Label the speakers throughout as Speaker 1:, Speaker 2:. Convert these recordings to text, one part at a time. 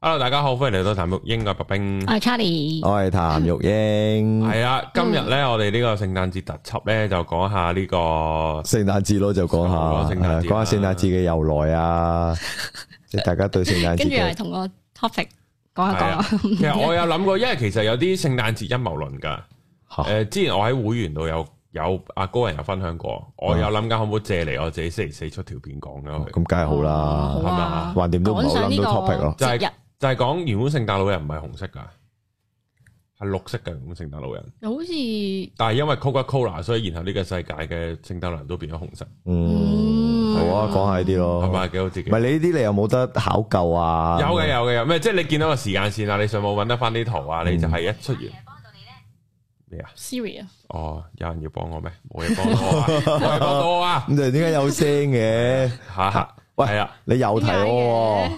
Speaker 1: Hello，大家好，歡迎嚟到談育鷹嘅白
Speaker 2: 嗯
Speaker 1: 冰。
Speaker 3: 我係啊 Charlie，
Speaker 2: 我係譚玉英，
Speaker 1: 係啊，今日咧，我哋呢個聖誕節特輯咧，就講下呢個
Speaker 2: 聖誕節咯就講
Speaker 1: 講
Speaker 2: 下，
Speaker 1: 聖誕節啦
Speaker 2: 係講下聖誕節嘅由來啊，即係大家對聖誕
Speaker 3: 跟
Speaker 2: 節
Speaker 3: 住又係
Speaker 2: 嘅
Speaker 3: 同個 topic 講一
Speaker 1: 係啊
Speaker 3: 講，
Speaker 1: 其實我有諗過，因為其實有啲聖誕節陰謀論㗎。
Speaker 2: 嚇
Speaker 1: 誒、之前我喺會員度有有阿高人有分享過，我有諗緊可唔可以借嚟我自己星期四出條片講
Speaker 2: 嗯哦
Speaker 1: 嘅，
Speaker 2: 咁梗係好啦
Speaker 3: 好，啊，
Speaker 2: 橫掂都唔係
Speaker 3: 講
Speaker 2: 好
Speaker 3: 上呢
Speaker 2: 諗
Speaker 3: 個
Speaker 2: 到 topic 啊咯
Speaker 1: 就係
Speaker 3: 節日
Speaker 1: 就係講原本聖誕老人唔係紅色㗎，係綠色嘅原本聖誕老人，
Speaker 3: 好似
Speaker 1: 但係因為 Coca-Cola，所以然後呢個世界嘅聖誕老人都變咗紅色，
Speaker 3: 嗯
Speaker 2: 嗯，好啊，講下呢啲咯，
Speaker 1: 係
Speaker 2: 唔
Speaker 1: 咪幾好自己？
Speaker 2: 係你呢啲你又冇得考究啊？
Speaker 1: 嗯有嘅有嘅有咩？即係你見到個時間線啊，你上網揾得翻啲圖
Speaker 2: 嗯
Speaker 1: 啊，你就係一出現咩啊？
Speaker 3: Siri 啊，
Speaker 1: 哦，有人要幫我咩？冇嘢幫我啊，冇嘢幫到我啊！
Speaker 2: 咁就點解有聲嘅？
Speaker 1: 下下
Speaker 2: 喂
Speaker 1: 係啊
Speaker 2: 你又提我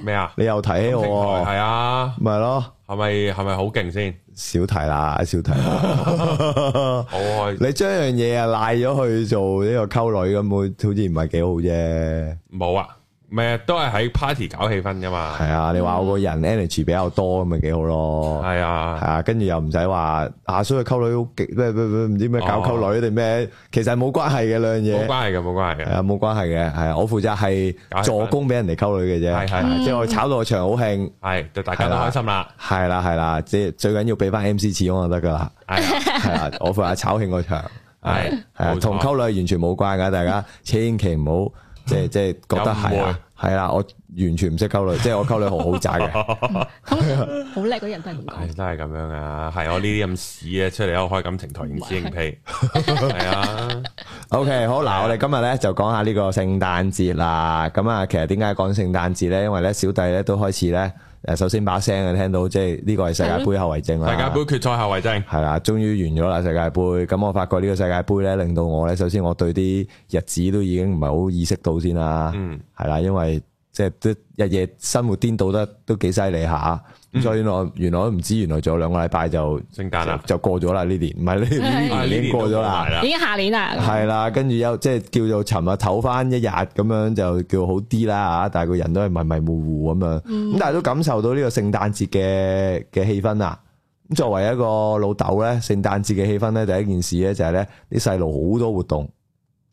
Speaker 2: 喎，
Speaker 1: 咩啊？
Speaker 2: 你又提起我喎，
Speaker 1: 係啊，
Speaker 2: 咪係咯，
Speaker 1: 係咪係咪好勁先？
Speaker 2: 少提啦，少提啦。
Speaker 1: 好開
Speaker 2: 你將樣嘢啊賴咗去做呢個溝女咁，會好似唔係幾好啫。
Speaker 1: 冇啊？咩都係喺 party 搞氣氛噶嘛？
Speaker 2: 係啊，你話我個人 energy 比較多咁咪幾好咯。
Speaker 1: 係
Speaker 2: 係
Speaker 1: 啊，
Speaker 2: 啊，跟住又唔使話啊，所以溝女好極咩咩咩唔知咩
Speaker 1: 哦
Speaker 2: 搞溝女定咩，其實係冇關係嘅兩
Speaker 1: 冇
Speaker 2: 樣嘢。
Speaker 1: 關係嘅，冇關係
Speaker 2: 係
Speaker 1: 嘅，
Speaker 2: 啊，冇關係嘅，係啊，我負責
Speaker 1: 搞
Speaker 2: 係
Speaker 1: 氣氛
Speaker 2: 助攻俾人哋溝女嘅
Speaker 1: 係
Speaker 2: 啫。
Speaker 1: 係
Speaker 2: 即係我炒到個場好興，
Speaker 1: 係，就大家都開心啦。
Speaker 2: 係啦係啦，即係最緊要俾翻 MC 始終就得噶啦。
Speaker 1: 係
Speaker 2: 係啊，我負責炒興個場。
Speaker 1: 係
Speaker 2: 係啊，
Speaker 1: 冇錯
Speaker 2: 同溝女完全冇關噶， 大家千祈唔好即係即係覺得係
Speaker 1: 嗯有誤
Speaker 2: 啊，係啦，我完全唔識 溝女，即係我溝女好好渣嘅，
Speaker 3: 通常好叻嗰啲人都係咁講，
Speaker 1: 係都係咁樣啊，係我呢啲咁屎嘅出嚟，我開感情台影子 影屁，係啊。
Speaker 2: OK，好嗱，我哋今日咧就講下呢個聖誕節啦。咁啊，其實點解講聖誕節咧？因為咧小弟咧都開始咧，誒首先把聲啊聽到，即係呢個係世界盃後遺症啦。
Speaker 1: 世界盃決賽後遺症，
Speaker 2: 係啦，終於完咗啦世界盃。咁我發覺呢個世界盃咧，令到我咧，首先我對啲日子都已經唔係好意識到先啦。
Speaker 1: 嗯，
Speaker 2: 係啦，因為即係都日夜生活顛倒得都幾犀利下。咁所以原來原來我都唔知，原來仲有兩個禮拜就
Speaker 1: 聖誕啊啦
Speaker 2: 就，就過咗啦呢年，唔係呢
Speaker 3: 係
Speaker 2: 呢
Speaker 1: 啊
Speaker 2: 年已經過咗啦。
Speaker 1: 呢
Speaker 3: 已
Speaker 1: 年
Speaker 3: 經下年啦，
Speaker 2: 係啦，跟住有即係叫做尋日唞翻一日咁樣就叫好啲啦啊吓，但係個人都係迷迷糊糊咁啊樣，咁、但係都感受到呢個聖誕節嘅嘅氣氛啦。咁作為一個老豆咧，聖誕節嘅氣氛咧，第一件事咧就係咧啲細路好多活動，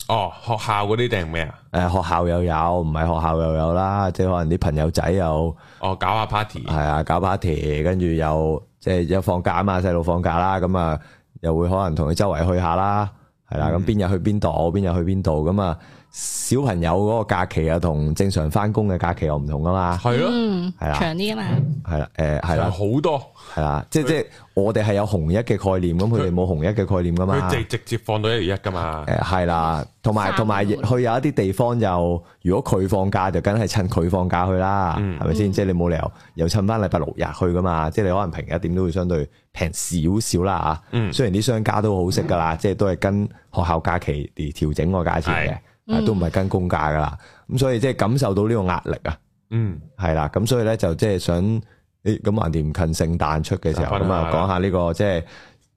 Speaker 1: 都冇埋啦哦，學校嗰啲定咩啊？
Speaker 2: 誒、學校又有，唔係學校又有啦，即係可能啲朋友仔又
Speaker 1: 哦，搞下 party，
Speaker 2: 係啊搞 party，跟住又即係有放假啊嘛，細路放假啦，咁啊又會可能同佢周圍去下啦，係
Speaker 1: 嗯
Speaker 2: 啦，咁邊日去邊度，邊日去邊度，咁啊小朋友嗰個假期啊，同正常翻工嘅假期又唔同噶啊嘛，
Speaker 1: 係咯，
Speaker 3: 嗯，
Speaker 2: 係啦
Speaker 3: 長啲啊嘛，
Speaker 2: 係啦，誒係
Speaker 1: 係
Speaker 2: 啦，
Speaker 1: 好多，
Speaker 2: 係啦，即係即係我哋係有紅一嘅概念，咁佢哋冇紅一嘅概念噶嘛
Speaker 1: 佢。直直接放到一月一噶嘛，
Speaker 2: 啊誒係啦，同埋
Speaker 3: 三
Speaker 2: 同埋去有一啲地方又，如果佢放假就梗係趁佢放假去啦，
Speaker 1: 嗯
Speaker 2: 係咪先？即係你冇理由又趁翻禮拜六日去噶嘛，即係你可能平日點都會相對平少少啦
Speaker 1: 嗯
Speaker 2: 嚇。雖然啲商家都好識噶啦，即係都係跟學校假期而調整個價錢嘅，啊都唔係跟公價噶啦。咁所以即係感受到呢個壓力啊，
Speaker 1: 嗯，
Speaker 2: 係啦。咁所以咧就即係想，誒咁橫掂近聖誕出嘅時候，
Speaker 1: 就分享
Speaker 2: 咁
Speaker 1: 下啦
Speaker 2: 啊講下呢個即係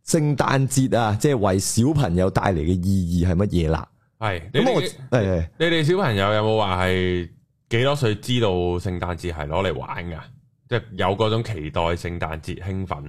Speaker 2: 聖誕節啊，即係為小朋友帶嚟嘅意義係乜嘢啦？
Speaker 1: 係。你
Speaker 2: 咁我
Speaker 1: 哋
Speaker 2: 誒
Speaker 1: 你哋小朋友有冇話係幾多歲知道聖誕節係攞嚟玩噶？即係有嗰種期待聖誕節興奮，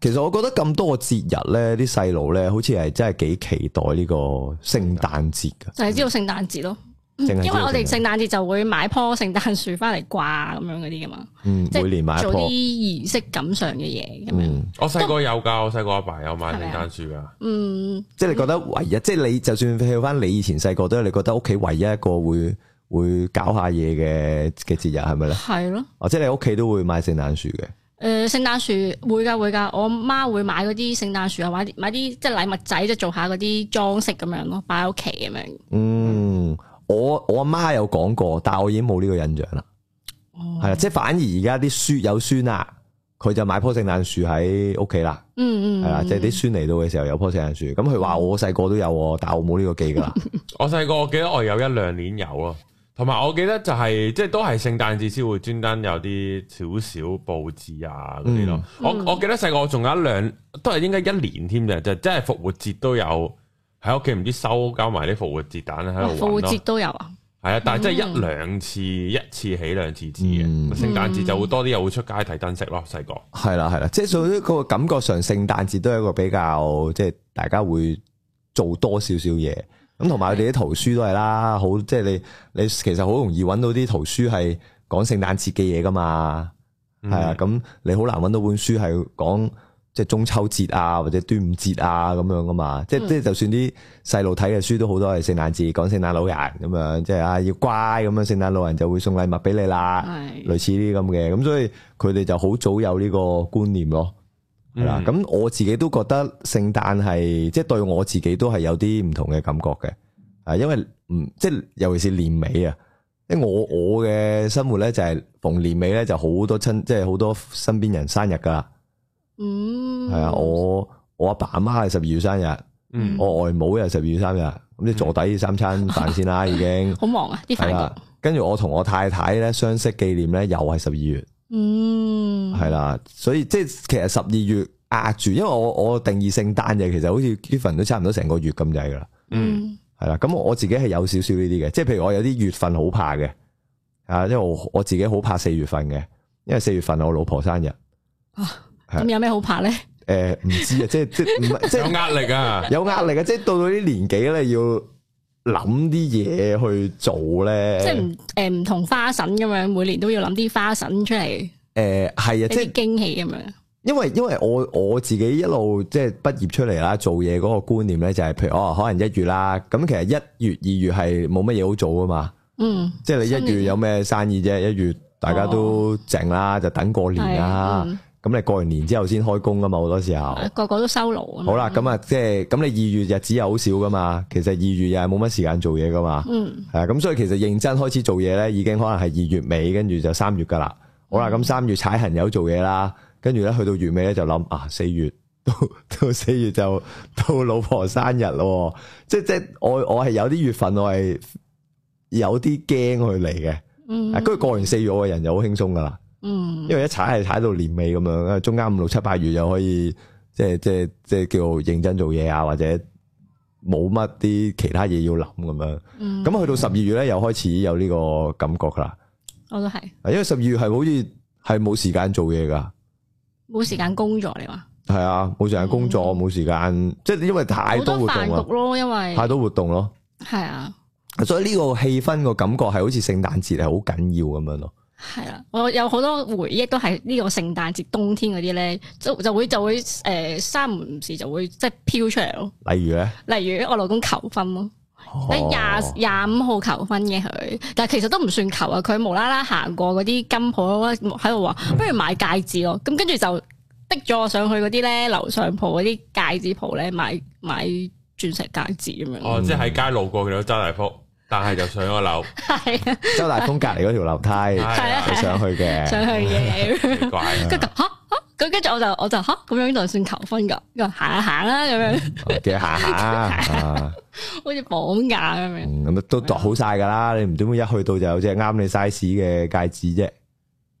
Speaker 2: 其實我覺得咁多個節日咧，啲細路咧，好似係真係幾期待呢個聖誕節噶，
Speaker 3: 就係知道聖誕節咯，
Speaker 2: 淨係知
Speaker 3: 因為
Speaker 2: 道
Speaker 3: 我哋
Speaker 2: 聖
Speaker 3: 聖誕節就會買棵聖誕樹翻嚟掛咁樣嗰啲噶嘛，
Speaker 2: 嗯
Speaker 3: 即係
Speaker 2: 每年買一
Speaker 3: 做
Speaker 2: 棵
Speaker 3: 啲，儀式感上嘅嘢咁樣，
Speaker 2: 嗯，
Speaker 1: 我細個有噶，我細個阿爸有買
Speaker 3: 係咪
Speaker 1: 聖
Speaker 3: 啊
Speaker 1: 誕樹噶，
Speaker 3: 嗯，
Speaker 2: 即係你覺得唯一，即係你就算去翻你以前細個都係，你覺得屋企唯一一個會會搞下嘢嘅嘅節日係咪咧？
Speaker 3: 係咯。
Speaker 2: 哦，即係你屋企都會買聖誕樹嘅，
Speaker 3: 誒呃聖誕樹會㗎會㗎，我媽會買嗰啲聖誕樹啊，買啲買啲即係禮物仔，即係做下嗰啲裝飾咁樣咯，擺喺屋企咁樣。
Speaker 2: 嗯。我我阿媽有講過，但我已經冇呢個印象啦。
Speaker 3: 哦
Speaker 2: 係啦，即係反而而家啲孫有孫啦，佢就買棵聖誕樹喺屋企啦。
Speaker 3: 嗯嗯，
Speaker 2: 係啦，即係啲孫嚟到嘅時候有棵聖誕樹，咁佢話我細個都有喎，但我冇呢個記噶啦。
Speaker 1: 我細個我記得我有一兩年有咯，同埋我記得就係、即係都係聖誕節先會專登有啲少少佈置啊嗰啲咯。我我記得細個我仲有一兩都係應該一年添嘅，就真係復活節都有喺屋企唔知收交埋啲復活節蛋喺
Speaker 3: 哇
Speaker 1: 度
Speaker 3: 哦復活
Speaker 1: 玩咯
Speaker 3: 節。都有啊，
Speaker 1: 係係啊，但係真係一兩次，一次起兩次止
Speaker 2: 嗯
Speaker 1: 嘅。聖誕節就會多啲又會出街睇燈飾咯，細個。
Speaker 2: 系啦系啦，即系所以嗰個感覺上，聖誕節都係一個比較即係大家會做多少少嘢。咁同埋佢哋啲圖書都係啦，好即係你你其實好容易揾到啲圖書係講聖誕節嘅嘢噶嘛，
Speaker 1: 嗯
Speaker 2: 係啊、咁你好難揾到本書係講即係中秋節啊或者端午節啊咁樣噶嘛，即係即係就算啲細路睇嘅書都好多係聖誕節講聖誕老人咁樣，即係啊要乖咁樣，聖誕老人就會送禮物俾你啦。
Speaker 3: 係
Speaker 2: 類似呢啲咁嘅，咁所以佢哋就好早有呢個觀念咯，
Speaker 1: 嗯
Speaker 2: 係啦、咁我自己都覺得聖誕係即係對我自己都係有啲唔同嘅感覺嘅，啊，因為唔即係尤其是年尾啊，因為我我嘅生活咧就係、逢年尾咧就好多親即係好多身邊人生日噶啦，
Speaker 3: 嗯，
Speaker 2: 係啊、我我阿爸阿媽係十二月生日，
Speaker 1: 嗯
Speaker 2: 我外母又係十二月生日，咁你坐底三餐飯先啦已經
Speaker 3: ，好忙啊啲
Speaker 2: 係
Speaker 3: 飯
Speaker 2: 啦
Speaker 3: 局，，
Speaker 2: 跟住我同我太太咧相識紀念咧又係十二月。
Speaker 3: 嗯，
Speaker 2: 系啦，所以即系其實十二月壓住，因為我我定義聖誕嘅其實好似 even 都差唔多成個月咁滯噶啦，
Speaker 1: 嗯
Speaker 3: 嗯，
Speaker 2: 係啦。咁我自己係有少少呢啲嘅，即係譬如我有啲月份好怕嘅，啊，因為我我自己好怕四月份嘅，因為四月份我老婆生日，係
Speaker 3: 咁有咩好拍咧？
Speaker 2: 诶、唔知啊，即係即 係唔係即
Speaker 1: 有
Speaker 2: 係
Speaker 1: 壓力啊，
Speaker 2: 有壓力啊，即係到到啲年紀咧要諗啲嘢去做咧，
Speaker 3: 即係唔诶唔同花神咁樣，每年都要諗啲花神出嚟，
Speaker 2: 诶系啊，
Speaker 3: 一
Speaker 2: 即
Speaker 3: 啲
Speaker 2: 係
Speaker 3: 驚喜咁樣。
Speaker 2: 因為因为我我自己一路即係畢業出嚟啦，做嘢嗰個觀念咧就係，譬如哦，可能一月啦，咁其實一月二月係冇乜嘢好做噶嘛，
Speaker 3: 嗯，
Speaker 2: 即係你
Speaker 3: 新
Speaker 2: 一
Speaker 3: 年哦
Speaker 2: 月有咩生意啫，一月大家都靜啦，就等過年啊啦
Speaker 3: 係，嗯啊
Speaker 2: 咁、你過完年之後先開工噶嘛，好多時候。
Speaker 3: 個個都收爐咁樣。
Speaker 2: 哦好啦，咁啊，即係咁你二月日子又好少噶嘛，其實二月又係冇乜時間做嘢噶嘛。
Speaker 3: 嗯，
Speaker 2: 系啊，咁所以其實認真開始做嘢咧，已經可能係二月尾，跟住就三月噶啦。好啦，咁三月踩痕友做嘢啦，跟住咧去到月尾咧就諗啊，四月到到四月就到老婆生日咯，即即我我係有啲月份我係有啲驚佢嚟嘅，
Speaker 3: 嗯
Speaker 2: 啊跟住過完四月我個人就好輕鬆噶啦，
Speaker 3: 嗯，
Speaker 2: 因為一踩係踩到年尾咁樣，啊中間五六七八月又可以即係即係即係叫認真做嘢啊，或者冇乜啲其他嘢要諗咁樣。
Speaker 3: 嗯
Speaker 2: 咁去到十二月咧，又開始有呢個感覺啦。
Speaker 3: 我都係
Speaker 2: 因為十二月係好似係冇時間做嘢噶，
Speaker 3: 冇時間工作，你話
Speaker 2: 係啊，冇時間工作，冇時間，即係因為太
Speaker 3: 嗯好
Speaker 2: 多活
Speaker 3: 多飯
Speaker 2: 動啊啦
Speaker 3: 局，咯，因為
Speaker 2: 太多活動咯，
Speaker 3: 係啊。
Speaker 2: 所以呢個氣氛個感覺係好似聖誕節係好緊要咁樣咯。
Speaker 3: 系啦，啊我有好多回憶都係呢個聖誕節冬天嗰啲咧，就就會就會诶、呃三唔五時就會即係飄出嚟咯。
Speaker 2: 例如咧，
Speaker 3: 例如我老公求婚咯，
Speaker 2: 哦
Speaker 3: 喺廿廿五號求婚嘅佢，但系其實都唔算求啊，佢無啦啦行過嗰啲金鋪喺度話，
Speaker 2: 嗯
Speaker 3: 不如買戒指咯。咁跟住就滴咗我上去嗰啲咧樓上鋪嗰啲戒指鋪咧買買鑽石戒指咁樣。
Speaker 1: 哦，即係喺街路過見到周大福，但係就上咗樓，
Speaker 3: 係啊，
Speaker 2: 周大風隔離嗰 條樓梯
Speaker 1: 係啊
Speaker 2: 就上去嘅，
Speaker 3: 上去嘅。
Speaker 1: 奇怪啊。
Speaker 3: 跟住吓吓，咁跟住我就我就吓咁樣就算求婚噶，佢話行下行啦咁
Speaker 2: 嗯
Speaker 3: 樣，
Speaker 2: 嘅下下 啊，
Speaker 3: 好似綁架咁樣。
Speaker 2: 嗯咁都度好晒噶啦。你唔點會一去到就有隻啱你 size 嘅戒指啫？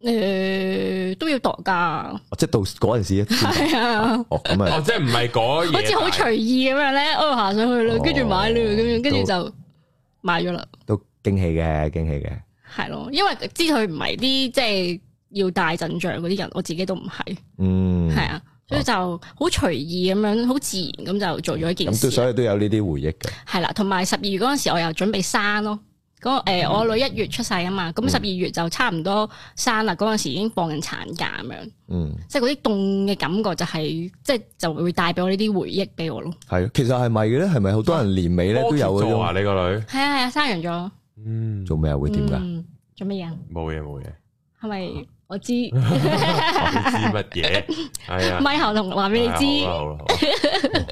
Speaker 3: 诶、都要度噶，
Speaker 2: 哦即係到嗰陣時先度，
Speaker 3: 係啊，
Speaker 2: 哦咁 啊
Speaker 1: 哦，。即係唔係嗰嘢，
Speaker 3: 好似好隨意咁樣咧，我行上去啦，跟住買啦，咁樣跟
Speaker 2: 哦
Speaker 3: 住就買咗啦，
Speaker 2: 都驚喜嘅，驚喜嘅。
Speaker 3: 係咯，因為知佢唔係啲即係要大陣仗嗰啲人，我自己都唔係，
Speaker 2: 嗯，
Speaker 3: 係啊。所以就好隨意咁樣，好自然咁就做咗一件
Speaker 2: 咁都
Speaker 3: 事。啊
Speaker 2: 所以都有呢啲回憶嘅。
Speaker 3: 係啦，同埋十二月嗰阵时，我又準備生咯。嗰诶、
Speaker 2: 嗯
Speaker 3: 我女一月出世啊嘛，咁十二月就差唔多生啦。嗰阵时已經放緊產假咁樣，
Speaker 2: 嗯，
Speaker 3: 即係嗰啲凍嘅感覺就係、即係就會帶俾我呢啲回憶俾我咯。
Speaker 2: 系，其實係咪嘅咧？係咪好多人年尾咧都有
Speaker 1: 摩羯
Speaker 2: 嗰
Speaker 1: 座啊，
Speaker 2: 種
Speaker 1: 你個女，
Speaker 3: 係啊係啊，生完咗
Speaker 1: 嗯，
Speaker 2: 做咩啊？會點噶？啊
Speaker 3: 嗯做乜嘢啊？
Speaker 1: 冇嘢 冇嘢，
Speaker 3: 係咪我知？
Speaker 1: 我知乜嘢？係 啊，
Speaker 3: 咪後同話俾你
Speaker 1: 哎呀
Speaker 2: 啊
Speaker 3: 知，
Speaker 1: 好啦好啦好啦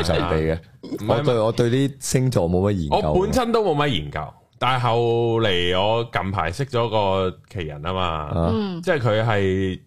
Speaker 2: 唔 神秘嘅，
Speaker 1: 唔係
Speaker 2: 我對我對啲星座冇乜研究。啊
Speaker 1: 我本身都冇乜研究，但係後嚟我近排識咗個奇人啊嘛，
Speaker 2: 啊，
Speaker 3: 嗯，
Speaker 1: 即係佢係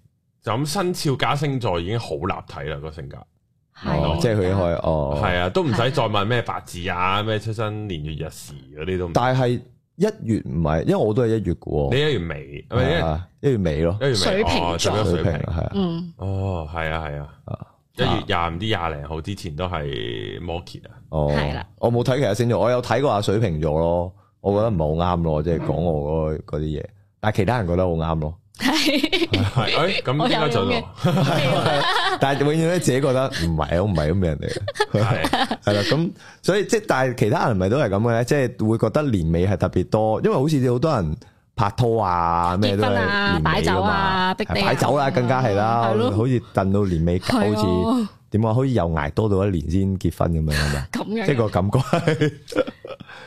Speaker 1: 就咁生肖加星座已經好立體啦個性格，
Speaker 2: 哦
Speaker 3: 嗯係，
Speaker 2: 即係佢可以哦，
Speaker 1: 係啊，都唔
Speaker 3: 係啊
Speaker 1: 使再問咩八字啊、咩出生年月日時嗰啲都唔。
Speaker 2: 但係一月唔係，因為我都係一月
Speaker 1: 你
Speaker 2: 嘅
Speaker 1: 一月尾，係咪
Speaker 2: 喎，啊一月尾咯
Speaker 1: 一，月尾
Speaker 3: 水瓶
Speaker 1: 哦
Speaker 3: 座
Speaker 1: 做咗
Speaker 2: 水
Speaker 1: 水
Speaker 2: 平
Speaker 1: 平。
Speaker 2: 係啊，
Speaker 3: 嗯，
Speaker 1: 哦，係啊係
Speaker 2: 啊
Speaker 1: 啊，一月廿唔知廿零號之前都係摩羯啊，
Speaker 2: 哦
Speaker 3: 係啦，
Speaker 2: 我冇睇其他星座，我有睇過下水瓶座咯。我覺得唔係好啱咯，即係港澳嗰嗰啲嘢，但係其他人覺得好 啱咯，
Speaker 3: 係
Speaker 1: 係，诶，咁
Speaker 3: 我
Speaker 1: 應
Speaker 3: 有
Speaker 1: 該做
Speaker 3: 用
Speaker 1: 到
Speaker 3: 嘅，
Speaker 2: 但係永遠咧自己覺得唔係啊，唔係咁嘅人嚟嘅，
Speaker 1: 係
Speaker 2: 係啦，咁所以即係但係其他人咪都係咁嘅咧，即係會覺得年尾係特別多，因為好似好多人拍拖啊咩都係
Speaker 3: 結婚啊
Speaker 2: 年
Speaker 3: 擺
Speaker 2: 尾
Speaker 3: 酒啊
Speaker 2: 㗎嘛，
Speaker 3: 逼
Speaker 2: 係
Speaker 3: 你啊嗯
Speaker 2: 擺酒啦更加係啦，
Speaker 3: 係咯
Speaker 2: 好似燉到年尾搞好
Speaker 3: 係
Speaker 2: 似
Speaker 3: 啊
Speaker 2: 點講，好似又捱多到一年先結婚咁樣係咪？
Speaker 3: 咁
Speaker 2: 即係
Speaker 3: 樣
Speaker 2: 個感覺係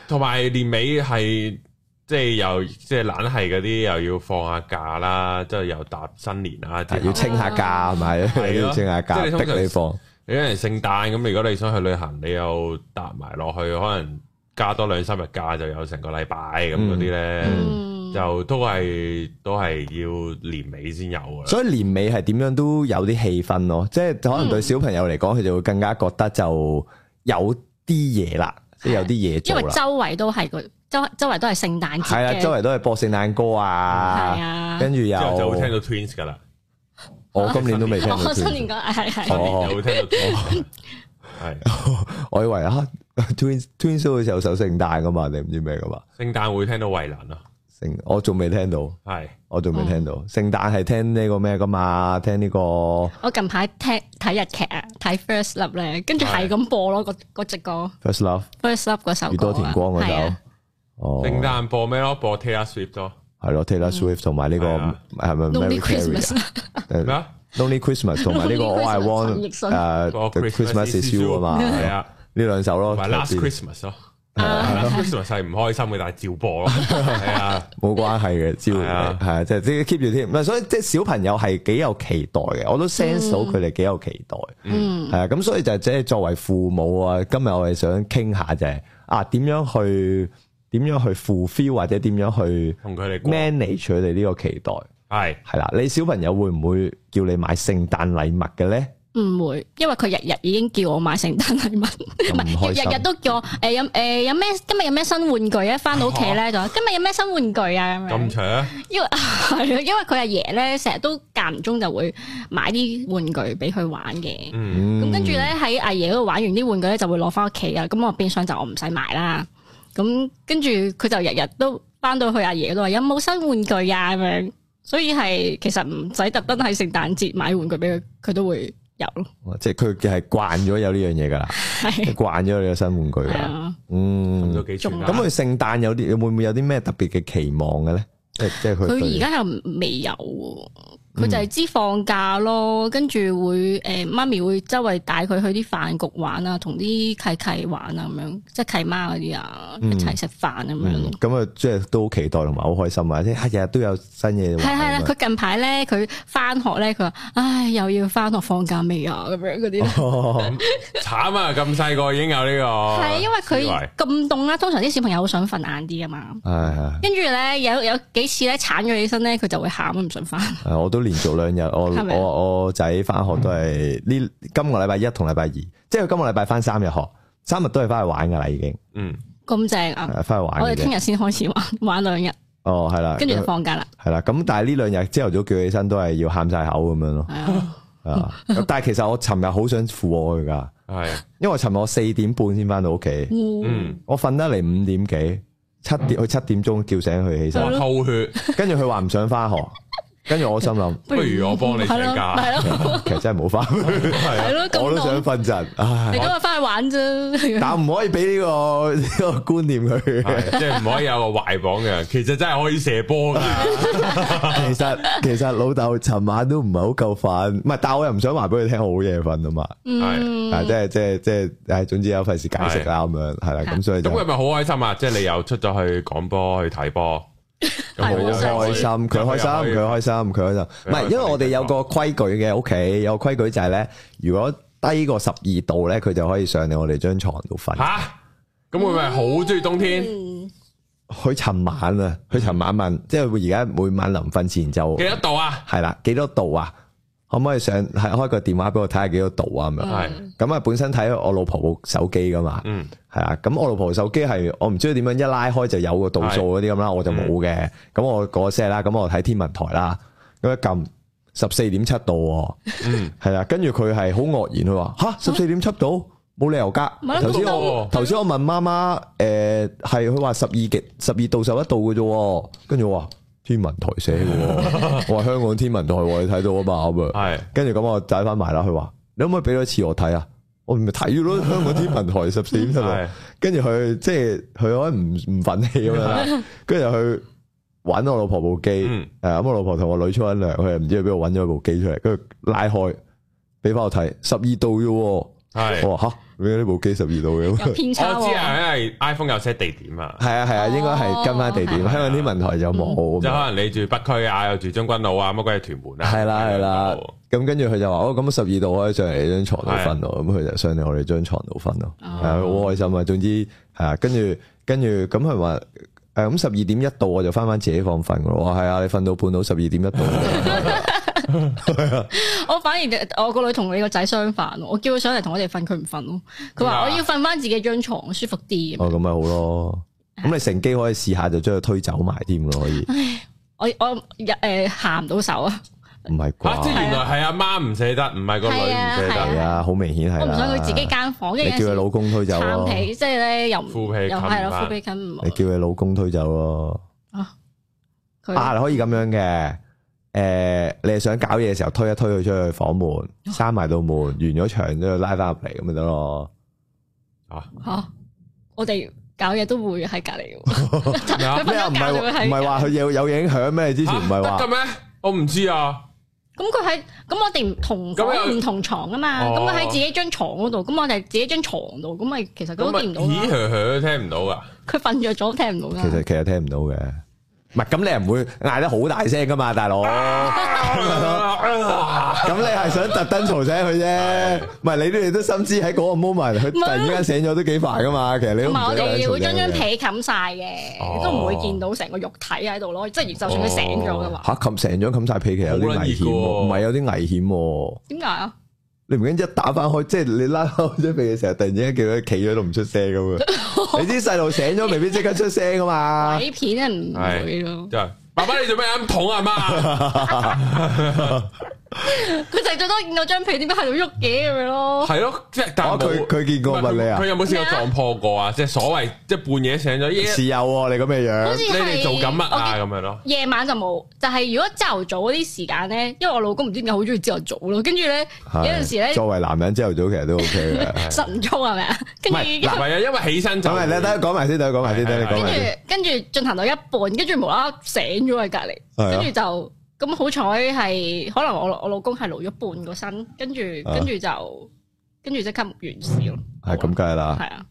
Speaker 1: 同埋年尾係即係又即係懶係嗰啲又要放下假啦，即係又搭新年啦，
Speaker 3: 啊
Speaker 1: 之後
Speaker 2: 要清下假係咪？
Speaker 1: 係咯
Speaker 2: 要清下假
Speaker 1: 即係你通常
Speaker 2: 逼你放。
Speaker 1: 你因為聖誕咁，如果你想去旅行，你又搭埋落去，可能加多兩三日假就有成個禮拜咁嗰啲咧，
Speaker 3: 嗯
Speaker 1: 就都係都係要年尾先有嘅。
Speaker 2: 所以年尾係點樣都有啲氣氛咯，即係可能對小朋友嚟講，佢就會更加覺得就有啲嘢啦，即係有啲嘢
Speaker 3: 因為
Speaker 2: 做啦。
Speaker 3: 周圍都係個周周圍都係聖誕節
Speaker 2: 係啦，啊
Speaker 3: 嘅，
Speaker 2: 周圍都係播聖誕歌
Speaker 3: 係
Speaker 2: 啊，
Speaker 3: 啊，
Speaker 2: 跟住
Speaker 1: 之後就會聽
Speaker 2: 又
Speaker 1: 到 Twins 噶啦，
Speaker 2: 我今年都未聽 到
Speaker 3: 我哦新年
Speaker 2: Twins，
Speaker 3: 嗰係係
Speaker 1: 新
Speaker 3: 係
Speaker 2: 哦
Speaker 1: 年就會聽到 Twins 㗎。係
Speaker 2: 我以為啊 Twins Twins 都會有首聖誕噶嘛，你唔知咩噶嘛？
Speaker 1: 聖誕會聽到衞蘭咯，
Speaker 2: 聖我仲未聽到，
Speaker 1: 係
Speaker 2: 我仲未聽
Speaker 3: 哦
Speaker 2: 到。聖誕係聽呢個咩噶嘛？聽呢個
Speaker 3: 我近排聽睇日劇啊，睇 First Love 咧，跟住係咁播咯，嗰嗰只歌
Speaker 2: First Love
Speaker 3: First Love 嗰首歌啊
Speaker 2: 宇多田光嗰
Speaker 3: 係
Speaker 2: 首
Speaker 3: 啊。
Speaker 2: 哦，
Speaker 1: 聖誕播咩咯？播 Taylor Swift 咯，
Speaker 2: 係咯 Taylor Swift 同埋呢個
Speaker 1: 係啊
Speaker 2: 係咪
Speaker 3: Lonely
Speaker 2: Merry Carey 啊
Speaker 3: Christmas，
Speaker 2: 誒
Speaker 1: 咩啊？
Speaker 2: Lonely Christmas 同 埋呢個
Speaker 3: Lonely
Speaker 2: All I
Speaker 3: Christmas，
Speaker 2: Want
Speaker 3: 陳奕迅
Speaker 2: 誒
Speaker 1: 播
Speaker 2: The Christmas Is You 啊嘛，
Speaker 1: 係
Speaker 2: 呢
Speaker 1: 啊，
Speaker 2: 兩首咯，
Speaker 1: 同埋 Last
Speaker 2: 特別
Speaker 1: Christmas 咯。Last
Speaker 2: 啊
Speaker 3: 啊
Speaker 1: Christmas 係唔開心嘅，但係照播 咯，係啊，
Speaker 2: 冇關係嘅，只要
Speaker 1: 係啊
Speaker 2: 係啊，即係即係 keep 住添。唔係所以即係小朋友係幾有期待嘅，我都 sense 到佢哋幾有期待。
Speaker 3: 嗯，
Speaker 2: 係啊，咁所以就即係作為父母啊，今日我哋想傾下就係啊，點樣去點樣去 fulfill 或者點樣去
Speaker 1: 同佢哋過
Speaker 2: manage 佢哋呢個期待
Speaker 1: 係
Speaker 2: 係啦。你小朋友會唔會叫你買聖誕禮物嘅咧？
Speaker 3: 唔會，因為佢日日已經叫我買聖誕禮物，唔
Speaker 2: 唔開心
Speaker 3: 係日日都叫我誒有誒有咩今日有咩新玩具啊？翻到屋企咧就話今日有咩新玩具啊咁
Speaker 1: 咁
Speaker 3: 樣，
Speaker 1: 長。
Speaker 3: 因為係啊，因為佢 阿爺咧成日都間唔中就會買啲玩具俾佢玩嘅。
Speaker 1: 嗯，
Speaker 3: 咁
Speaker 2: 咁
Speaker 3: 跟住咧喺阿爺嗰度玩完啲玩具咧就會攞翻屋企啊噶，咁我變相就我唔使買啦。咁跟住佢就日日都翻到去阿爺嗰度話有冇新玩具啊咁樣，所以係其實唔使特登喺聖誕節買玩具俾佢，佢都會有咯，
Speaker 2: 即係佢係慣咗有呢樣嘢 㗎啦，
Speaker 3: 係啊
Speaker 2: 慣咗你個新玩具㗎
Speaker 3: 係
Speaker 2: 啦。
Speaker 3: 啊，
Speaker 1: 咁都
Speaker 2: 嗯，
Speaker 1: 幾全
Speaker 3: 仲
Speaker 1: 啦
Speaker 2: 咁佢聖誕有啲會唔會有啲咩特別嘅期望嘅咧？即係即係佢
Speaker 3: 佢
Speaker 2: 對
Speaker 3: 而家又未有喎。佢就係知放假咯，跟住會誒、媽咪會周圍帶佢去啲飯局玩啊，同啲契契玩啊咁樣，即係契媽嗰啲啊，一齊食飯咁樣咯
Speaker 2: 嗯，咁啊，即係都好期待同埋好開心啊！即係日日都有新嘢玩。
Speaker 3: 係係啦，佢近排咧，佢翻學咧，佢話：唉，又要翻學放假未啊？ 咁樣嗰啲。
Speaker 2: 哦
Speaker 1: 慘啊！咁細個已經有呢個，
Speaker 3: 係啊因為
Speaker 1: 思
Speaker 3: 佢
Speaker 1: 維
Speaker 3: 咁凍啦，通常啲小朋友好想瞓晏啲啊嘛。
Speaker 2: 係
Speaker 3: 跟住咧，有有幾次咧，鏟咗起身咧，佢就會喊，唔想翻。
Speaker 2: 係，我都連續兩日，
Speaker 3: 係咪啊
Speaker 2: 我我我仔翻學都係呢今個禮拜一同禮拜二，即係佢今個禮拜翻三日學，三日都係翻去玩㗎啦，已經
Speaker 1: 嗯，
Speaker 3: 咁正啊！
Speaker 2: 係翻去玩
Speaker 3: 我哋
Speaker 2: 嘅
Speaker 3: 聽
Speaker 2: 啫。
Speaker 3: 日先開始玩，玩 兩日，
Speaker 2: 哦，係啦，
Speaker 3: 跟住就放假啦。
Speaker 2: 係啦。咁但係呢兩日朝頭早叫起身都係要喊晒口咁樣咯。
Speaker 3: 係啊，
Speaker 2: 啊！但系其實我尋日好想附和佢噶，
Speaker 1: 係
Speaker 2: 因為我尋日我四點半先翻到屋企，
Speaker 3: 嗯，
Speaker 1: 嗯，
Speaker 2: 我瞓得嚟五點幾，七點佢七點鐘叫醒佢起
Speaker 1: 我
Speaker 2: 身，
Speaker 1: 吐血，
Speaker 2: 跟住佢話唔想翻學，跟住我 心諗
Speaker 1: 不如我幫你請假
Speaker 3: 係咯，
Speaker 2: 其實真係冇翻，
Speaker 3: 係
Speaker 1: 係
Speaker 3: 咯，
Speaker 2: 我
Speaker 3: 咁
Speaker 2: 都
Speaker 3: 凍，
Speaker 2: 想瞓陣，
Speaker 3: 你
Speaker 2: 唉，
Speaker 3: 今日翻去玩啫。
Speaker 2: 但唔可以俾呢個呢個觀念佢。
Speaker 1: 係即係唔可以有個壞榜嘅，其實真係可以射波噶，
Speaker 2: 其實其實老豆尋晚都唔係好夠瞓，唔係，但我又唔想話俾佢聽我好夜瞓啊嘛，
Speaker 3: 嗯，
Speaker 2: 啊，即係即係即係，唉，總之有費事解釋啦咁樣，係啦，咁所以
Speaker 1: 咁
Speaker 2: 就
Speaker 1: 佢。咪好開心啊！即係你又出咗去講波去睇波，
Speaker 3: 係
Speaker 1: 佢又
Speaker 2: 好
Speaker 1: 可
Speaker 2: 開
Speaker 1: 以
Speaker 2: 心，佢開心，佢開心，佢開心。唔係，因為我哋有個規矩嘅屋企，有個規矩就係咧，如果低過十二度咧，佢就可以上嚟我哋張床度瞓。
Speaker 1: 吓，咁佢咪好中意冬天，
Speaker 3: 嗯
Speaker 2: 佢尋晚啊，佢尋晚問，即係佢而家每晚臨瞓前就
Speaker 1: 幾多度啊？
Speaker 2: 係啦，幾多度啊？可唔可以上係開個電話俾我睇下幾多度啊？咁樣
Speaker 1: 係，
Speaker 2: 咁啊，本身睇我老婆部手機噶嘛，
Speaker 1: 嗯，
Speaker 2: 係啊，咁我老婆手機係我唔知佢點樣一拉開就有個度數嗰啲咁啦，我就冇嘅。咁我嗰 set 啦，咁我睇天文台啦，咁一撳十四點七度喎，
Speaker 1: 嗯
Speaker 2: 係啦，跟住佢係好愕然，佢話吓十四點七度，冇理由㗎。
Speaker 3: 唔係
Speaker 2: 頭先
Speaker 1: 咁
Speaker 2: 我
Speaker 1: 都
Speaker 2: 頭先我問媽媽，诶係佢話十二極十二到十一度嘅啫喎，跟住我話天文台寫嘅喎，我話香港天文台喎，你睇到啊嘛咁啊，
Speaker 1: 系
Speaker 2: 跟住咁我帶翻埋啦，佢話你可唔可以俾多次我睇啊？我咪睇咯，香港天文台十四點七度。
Speaker 1: 系
Speaker 2: 跟住佢即係佢可能唔唔忿氣咁樣啦，跟住佢揾我老婆部機，誒
Speaker 1: 嗯
Speaker 2: 咁我老婆同我女沖緊涼，佢又唔知去邊度揾咗部機出嚟，跟住拉開俾翻我睇，十二度啫喎，
Speaker 1: 系，
Speaker 2: 我話吓，點解呢部機十 二度
Speaker 3: 有
Speaker 2: 嘅？
Speaker 3: 偏差
Speaker 1: 我知
Speaker 3: 喎。
Speaker 1: 啊，因為 iPhone 有 set 地點啊，
Speaker 2: 係啊係啊，應該係跟翻地點，
Speaker 1: 哦
Speaker 2: 香港天文台就冇
Speaker 1: 即係
Speaker 2: 咁樣，
Speaker 1: 可能你住北區啊，又住將軍澳啊，乜鬼嘢屯門啊，
Speaker 2: 係啦係啦，咁跟住佢就話哦，咁十二度可以上嚟你張床度瞓咯，咁佢就上嚟我哋張床度瞓咯。
Speaker 3: 哦
Speaker 2: 系好開心啊！總之係啊，跟住跟住咁佢話诶咁十二點一度我就翻翻自己房瞓噶咯。我話係啊，你瞓到半到十二點一度，
Speaker 3: 我反而我個女同你個仔相反喎，我叫佢上嚟同我哋瞓，佢唔瞓咯。佢話我
Speaker 1: 點解啊
Speaker 3: 要瞓翻自己張床舒服啲咁
Speaker 2: 哦
Speaker 3: 樣。
Speaker 2: 咁咪好咯。咁你乘機可以試下就將佢推走埋添咯，可 以
Speaker 3: 我我诶下唔到手啊，
Speaker 2: 唔係
Speaker 1: 嚇即係
Speaker 2: 啩？
Speaker 1: 原來係阿媽唔捨得，唔係個女唔捨
Speaker 3: 係啊
Speaker 2: 係
Speaker 1: 得，
Speaker 2: 啊，好明顯係
Speaker 3: 我唔想佢
Speaker 2: 啦
Speaker 3: 自己間房，跟
Speaker 2: 你
Speaker 3: 住
Speaker 2: 叫佢老公推走
Speaker 3: 撐
Speaker 2: 咯，
Speaker 3: 被，即係咧又唔
Speaker 1: 負皮
Speaker 3: 又
Speaker 1: 冚
Speaker 3: 係咯，
Speaker 1: 返
Speaker 3: 敷皮筋唔好
Speaker 2: 你叫佢老公推走咯。
Speaker 3: 佢
Speaker 2: 啊，可以咁樣嘅。诶、你係想搞嘢嘅時候推一推佢出去房門，
Speaker 3: 哦
Speaker 2: 閂埋道門，完咗場之後拉翻入嚟咁咪得咯。
Speaker 1: 啊
Speaker 3: 嚇我哋搞嘢都會喺隔離喎。
Speaker 1: 咩啊
Speaker 3: 佢瞓
Speaker 2: 咩啊？唔
Speaker 3: 咗覺就會
Speaker 2: 係
Speaker 3: 喺
Speaker 2: 唔係話佢有有影響咩？之前唔係
Speaker 1: 嚇
Speaker 2: 話
Speaker 1: 得。嘅咩？我唔知啊，
Speaker 3: 咁佢喺咁我哋唔同
Speaker 1: 咁
Speaker 3: 房
Speaker 1: 又
Speaker 3: 唔同床啊嘛，
Speaker 1: 哦
Speaker 3: 咁佢喺自己張床嗰度，咁我哋自己張床度，咁咪其實佢
Speaker 1: 咁
Speaker 3: 都
Speaker 1: 咪
Speaker 3: 見唔到
Speaker 1: 咦
Speaker 3: 啦。
Speaker 1: 呵呵聽唔到噶，
Speaker 3: 佢瞓着咗聽唔到
Speaker 2: 其
Speaker 3: 啦。
Speaker 2: 實其實聽唔到嘅。唔係咁你又唔會嗌得好大聲噶嘛，大佬。
Speaker 1: 아,
Speaker 2: 咁你係想特登嘈醒佢啫，唔係你哋都心知喺嗰個 moment，佢突然之間醒咗都幾煩噶嘛。其實你都
Speaker 3: 啊同
Speaker 2: 唔
Speaker 3: 埋我
Speaker 2: 想特登嘈
Speaker 3: 哋
Speaker 2: 醒
Speaker 3: 會將張
Speaker 2: 佢
Speaker 3: 被冚晒嘅，
Speaker 1: 哦
Speaker 3: 都唔會見到成個肉體喺度咯。即係就算佢醒咗嘅話，
Speaker 2: 嚇冚成張冚晒被，其實有啲
Speaker 1: 好撚
Speaker 2: 危
Speaker 1: 熱
Speaker 2: 險
Speaker 1: 㗎
Speaker 2: 喎，
Speaker 1: 喎
Speaker 2: 唔係有啲危險喎。
Speaker 3: 點解啊？
Speaker 2: 你唔緊一打翻開，即係你拉開張被嘅時候，突然之間叫佢企咗喺度唔出聲咁樣。你啲細路醒咗，未必即刻出聲噶嘛。
Speaker 3: 鬼片啊唔會咯，
Speaker 1: 真係爸爸你做咩咁捅阿媽？
Speaker 3: 佢就係最多見到張被點解喺度喐嘅咁樣咯。
Speaker 1: 係咯，即係但
Speaker 2: 哦
Speaker 1: 係冇
Speaker 2: 佢佢見過
Speaker 1: 唔係
Speaker 2: 問你啊
Speaker 1: 佢有冇試過
Speaker 3: 咩啊
Speaker 1: 撞破過啊？即係所謂即係半夜醒咗，咦
Speaker 2: 是有喎，你咁嘅樣
Speaker 3: 好。似
Speaker 1: 你哋
Speaker 3: 係
Speaker 1: 做緊乜
Speaker 3: 我
Speaker 1: 啊？
Speaker 3: 見
Speaker 1: 咁樣咯。
Speaker 3: 夜晚就冇，就係如果朝頭早嗰啲時間咧，因為我老公唔知點解好中意朝頭早咯，跟住咧有
Speaker 2: 係
Speaker 3: 陣時咧
Speaker 2: 作為男人朝頭早其實都 OK 嘅。
Speaker 3: 晨操係咪啊？跟
Speaker 1: 唔
Speaker 3: 住
Speaker 1: 係嗱，唔係啊，因為起身就
Speaker 2: 咁咪你等佢講埋先，等佢講埋先，
Speaker 1: 係
Speaker 2: 等你講
Speaker 3: 跟
Speaker 2: 埋
Speaker 3: 住
Speaker 2: 先。
Speaker 3: 跟住進行到一半，跟住無啦啦醒咗喺隔離，
Speaker 2: 係啊
Speaker 3: 跟住就咁好彩係可能我我老公係勞咗半個身，跟住
Speaker 2: 啊
Speaker 3: 跟住就跟住即刻完事咯。
Speaker 2: 係咁，計啦，
Speaker 3: 係啊，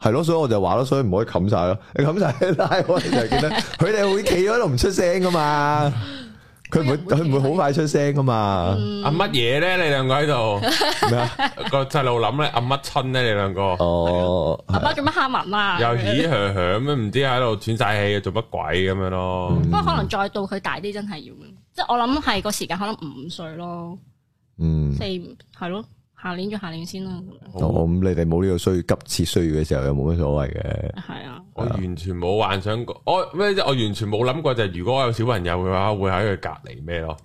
Speaker 2: 誒係咯，所以我就話咯，所以唔可以冚晒咯，你冚晒拉開就見得，佢哋會企咗喺度唔出聲噶嘛，佢唔會佢唔會好快出聲噶嘛，
Speaker 1: 阿乜嘢咧？你兩個喺度
Speaker 2: 咩啊？
Speaker 1: 個細路諗咧，阿乜春咧？你兩個
Speaker 2: 哦，
Speaker 3: 阿
Speaker 2: 係
Speaker 3: 媽做乜蝦文啊？
Speaker 1: 又咦呵呵咁樣，唔知喺度喘晒氣，做乜鬼咁樣咯？
Speaker 3: 不過可能再到佢大啲，真係要，即係我諗係個時間可能五歲咯，
Speaker 2: 嗯
Speaker 3: 四，五係咯，下年就下年先啦，咁樣
Speaker 2: 好
Speaker 1: 어,
Speaker 2: 哦咁你哋冇呢個需要急切需要嘅時候，又冇乜所謂嘅，
Speaker 3: 係啊，
Speaker 1: 我完全冇幻想過，我咩啫？我完全冇諗過就係如果我有小朋友嘅話，會喺佢隔離咩咯？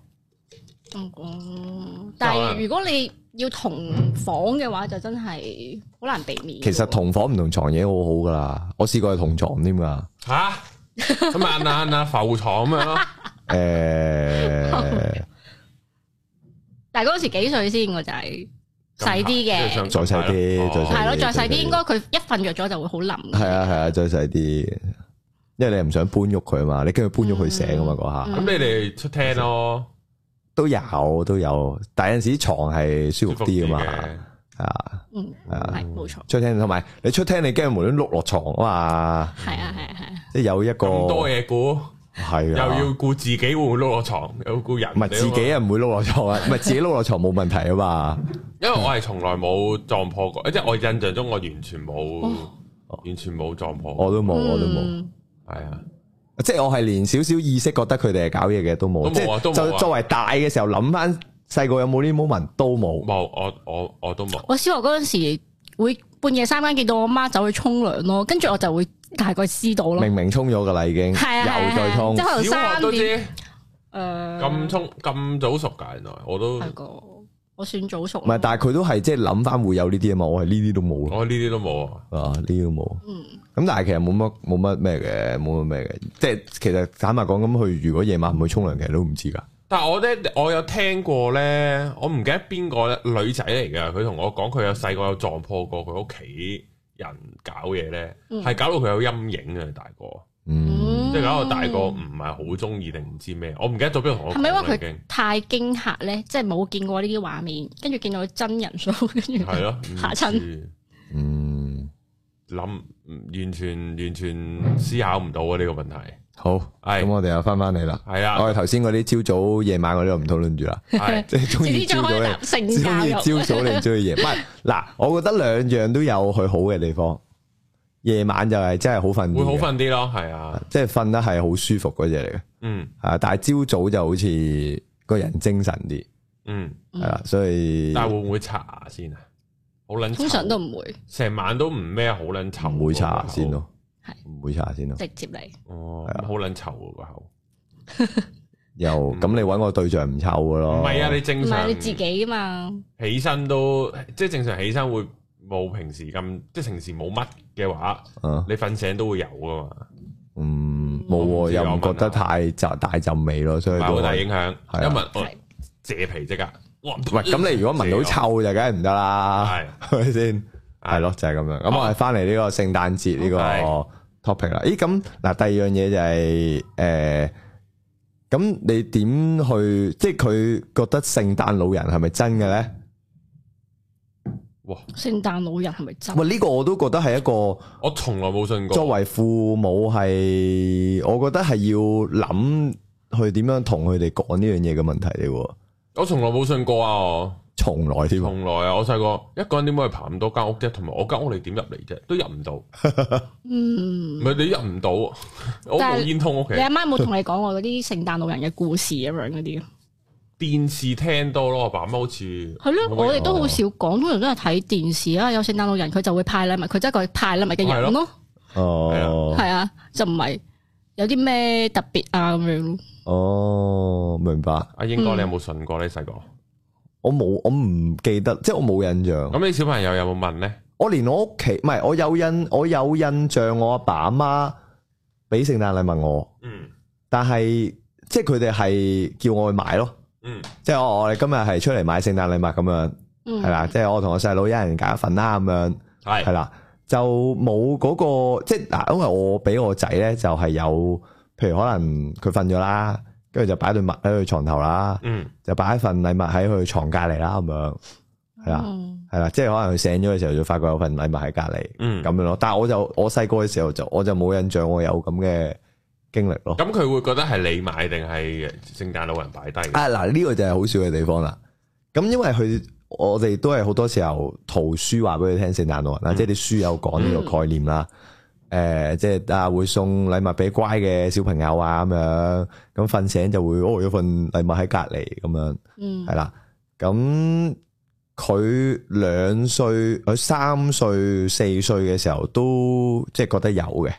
Speaker 3: 咁講。但
Speaker 1: 可能
Speaker 3: 係如果你要同房嘅話，就真係好難避免。
Speaker 2: 其實同房唔同床已經好好噶啦，我試過係同床添啊噶。
Speaker 1: 吓咁啊啊啊浮床咁樣咯，
Speaker 2: 诶，
Speaker 3: 但係嗰時幾歲先個仔 細啲
Speaker 1: 啊
Speaker 3: 嘅，
Speaker 2: 再細啲再細
Speaker 3: 係咯，
Speaker 2: 細啲
Speaker 3: 再細
Speaker 2: 細
Speaker 3: 啲
Speaker 2: 啲
Speaker 3: 應該佢一瞓着咗就會好冧。
Speaker 2: 系啊系啊，再細啲，因為你唔想搬喐佢嘛，你跟佢搬喐佢醒啊嘛嗰下
Speaker 1: 哦咁你哋出廳咯，
Speaker 2: 都有都有，但有阵时床係嗯舒服啲噶嘛，
Speaker 1: 嘅
Speaker 2: 啊，
Speaker 3: 嗯，
Speaker 2: 啊
Speaker 3: 係冇錯，
Speaker 2: 出廳同埋你出廳你驚無端碌落床啊嘛，
Speaker 3: 係啊係啊係啊，
Speaker 2: 即係有一個
Speaker 1: 咁多嘢估，
Speaker 2: 係
Speaker 1: 又
Speaker 2: 啊，
Speaker 1: 要顧自己會唔會碌落床，又顧人
Speaker 2: 唔係自己啊唔會碌落床啊，唔係自己碌落床冇問題啊嘛，
Speaker 1: 因為我係從來冇撞破過，即係我印象中我完全冇
Speaker 3: 哦，
Speaker 1: 完全冇撞破過，
Speaker 2: 我都冇哦我都冇。
Speaker 3: 嗯
Speaker 1: 係啊，
Speaker 2: 即係我係連少少意識覺得佢哋係搞嘢嘅都冇，
Speaker 1: 都
Speaker 2: 即
Speaker 1: 冇啊
Speaker 2: 係
Speaker 1: 都冇
Speaker 2: 就
Speaker 1: 啊
Speaker 2: 作為大嘅時候諗翻細個有冇呢 moment 都冇，
Speaker 1: 冇我我我都冇，
Speaker 3: 我小學嗰陣時會半夜三更見到我媽走去沖涼咯，跟住我就會大概知道咯。
Speaker 2: 明明沖咗噶啦已經，又
Speaker 3: 係啊，係啊
Speaker 2: 再沖
Speaker 3: 即係。可
Speaker 1: 小
Speaker 3: 能
Speaker 1: 學
Speaker 3: 三
Speaker 1: 都
Speaker 3: 點
Speaker 1: 知
Speaker 3: 誒
Speaker 1: 咁沖咁早熟㗎，原來我都
Speaker 3: 係個我算早熟。
Speaker 2: 唔係，但係佢都係即係諗翻會有呢啲啊嘛，我係呢啲都冇咯，
Speaker 1: 我呢啲都冇啊。
Speaker 2: 啊呢啲都冇。
Speaker 3: 嗯，
Speaker 2: 咁但係其實冇乜冇乜咩嘅，冇乜咩嘅，即係其實坦白講，咁佢如果夜晚唔去沖涼，其實都唔知㗎。
Speaker 1: 但系我咧，我有聽過咧，我唔記得邊個咧女仔嚟㗎。佢同我講佢有細個有撞破過佢屋企人搞嘢咧，
Speaker 3: 嗯
Speaker 1: 係搞到佢有陰影啊嘅大個，
Speaker 2: 嗯，
Speaker 1: 即係搞到大個唔係好中意定唔知咩，我唔記得咗邊個同我
Speaker 3: 係咪因為
Speaker 1: 講啦已
Speaker 3: 佢
Speaker 1: 經
Speaker 3: 太驚嚇咧？即係冇見過呢啲畫面，跟住見到真人 show，跟住
Speaker 1: 係咯
Speaker 3: 嚇親。
Speaker 1: 唔
Speaker 2: 嗯，
Speaker 1: 知諗完全完全思考唔到啊呢個問題
Speaker 2: 好，
Speaker 1: 係
Speaker 2: 咁我哋又翻翻嚟啦。
Speaker 1: 係啊，
Speaker 2: 我哋頭先嗰啲朝早、夜晚嗰啲就唔討論住啦，
Speaker 1: 係
Speaker 2: 即係中
Speaker 3: 遲
Speaker 2: 意
Speaker 3: 啲再
Speaker 2: 朝早
Speaker 3: 開
Speaker 2: 咧
Speaker 3: 集，性
Speaker 2: 中
Speaker 3: 教
Speaker 2: 意
Speaker 3: 育。
Speaker 2: 朝早定中意夜？唔 係嗱，我覺得兩樣都有佢好嘅地方。夜晚就係真係好瞓啲嘅，
Speaker 1: 會好瞓啲咯，係啊，
Speaker 2: 即係瞓得係好舒服嗰只嚟嘅。
Speaker 1: 嗯
Speaker 2: 啊，但係朝早就好似個人精神啲，
Speaker 1: 嗯，
Speaker 3: 嗯
Speaker 2: 係啦，所以
Speaker 1: 但係會唔會刷牙先啊？好撚
Speaker 3: 通常
Speaker 1: 臭
Speaker 3: 都唔會
Speaker 1: 成晚都唔咩好啊撚臭，
Speaker 2: 唔會刷牙先。咯
Speaker 3: 係，
Speaker 2: 唔會刷牙先咯。
Speaker 3: 直接嚟。
Speaker 1: 哦
Speaker 2: 係，啊
Speaker 1: 好撚臭喎個口。
Speaker 2: 又咁你揾個對象唔臭嘅咯，
Speaker 1: 唔係啊，你正
Speaker 3: 唔係
Speaker 1: 常
Speaker 3: 你自己嘛？
Speaker 1: 起身都即係正常起身會冇平時咁，即係平時冇乜嘅話，
Speaker 2: 啊
Speaker 1: 你瞓醒都會有噶嘛，
Speaker 2: 嗯冇
Speaker 1: 我唔
Speaker 2: 喎，
Speaker 1: 知
Speaker 2: 又唔
Speaker 1: 我問
Speaker 2: 覺得
Speaker 1: 啊
Speaker 2: 太就大陣味咯，所
Speaker 1: 唔
Speaker 2: 以
Speaker 1: 係
Speaker 2: 都
Speaker 1: 好大
Speaker 2: 係
Speaker 1: 影響。
Speaker 2: 係啊
Speaker 1: 因為我
Speaker 3: 係
Speaker 1: 借皮即刻，哇！唔
Speaker 2: 喂，咁你如果聞到臭就梗係唔得啦，
Speaker 1: 係啊
Speaker 2: 係咪先？係咯，就係咁樣。咁
Speaker 1: 好
Speaker 2: 我哋翻嚟呢個聖誕節呢個 topic 啦。咦，咁嗱，第二樣嘢就係誒，咁你點去？即係佢覺得聖誕老人係咪真嘅咧？
Speaker 1: 哇！
Speaker 3: 聖誕老人係咪真？
Speaker 2: 喂，呢個我都覺得係一個
Speaker 1: 我從來冇信過。
Speaker 2: 作為父母係，我覺得係要諗去點樣同佢哋講呢樣嘢嘅問題嚟喎。
Speaker 1: 我從來冇信過啊！我
Speaker 2: 從來添喎，
Speaker 1: 從來啊！我細個一個人點可以爬咁多間屋啫？同埋我間屋你點入嚟啫？都入唔到，唔
Speaker 3: 嗯，
Speaker 1: 係你入唔到，我
Speaker 3: 但
Speaker 1: 冇
Speaker 3: 係
Speaker 1: 煙通屋企
Speaker 3: 你。阿媽有冇同你講過嗰啲聖誕老人嘅故事啊咁樣嗰啲？
Speaker 1: 電視聽多咯，我爸媽好似
Speaker 3: 係
Speaker 1: 冇乜
Speaker 3: 咯，我哋都好少講，通常都係睇電視啊。有聖誕老人佢就會派禮物，佢真係個派禮物嘅人咯，
Speaker 2: 哦，
Speaker 3: 係啊，就唔係有啲咩特別啊咁樣咯。
Speaker 2: 哦，明白。
Speaker 1: 阿英哥，你有冇信過呢？細個
Speaker 2: 我冇，我唔記得，即係我冇印象。
Speaker 1: 咁你小朋友有冇問呢？
Speaker 2: 我連我屋企唔係，我有印，我有印象，我阿爸阿媽俾聖誕禮物我，
Speaker 1: 嗯
Speaker 2: 但係即係佢哋係叫我去買咯，
Speaker 1: 嗯
Speaker 2: 即係我我哋今日係出嚟買聖誕禮物咁樣，
Speaker 3: 嗯，
Speaker 2: 係啦，即係我同我細佬一人揀一份啦咁樣，
Speaker 1: 係
Speaker 2: 係啦，就冇嗰、個即係嗱，因為我俾我仔咧就係有，譬如可能佢瞓咗啦，跟住就擺對襪喺佢床頭啦，
Speaker 1: 嗯
Speaker 2: 就擺一份禮物喺佢床隔離啦咁樣，係啦。
Speaker 3: 嗯，
Speaker 2: 係啦，即係可能佢醒咗嘅時候就發覺有份禮物喺隔離
Speaker 1: 嗯
Speaker 2: 咁樣咯。但係我就我細個嘅時候就我就冇印象我有咁嘅經歷咯。
Speaker 1: 咁佢會覺得係你買定係聖誕老人擺低嘅？
Speaker 2: 啊嗱，呢個就係好少嘅地方啦。咁因為佢我哋都係好多時候圖書話俾佢聽聖誕老人啦，
Speaker 1: 嗯
Speaker 2: 即係啲書有講呢個概念啦。誒、即係啊，會送禮物俾乖嘅小朋友啊，咁樣咁瞓醒就會哦，有份禮物喺隔離咁樣。
Speaker 3: 嗯
Speaker 2: 系，啦，咁佢兩歲，佢三歲、四歲嘅時候都即係覺得有嘅，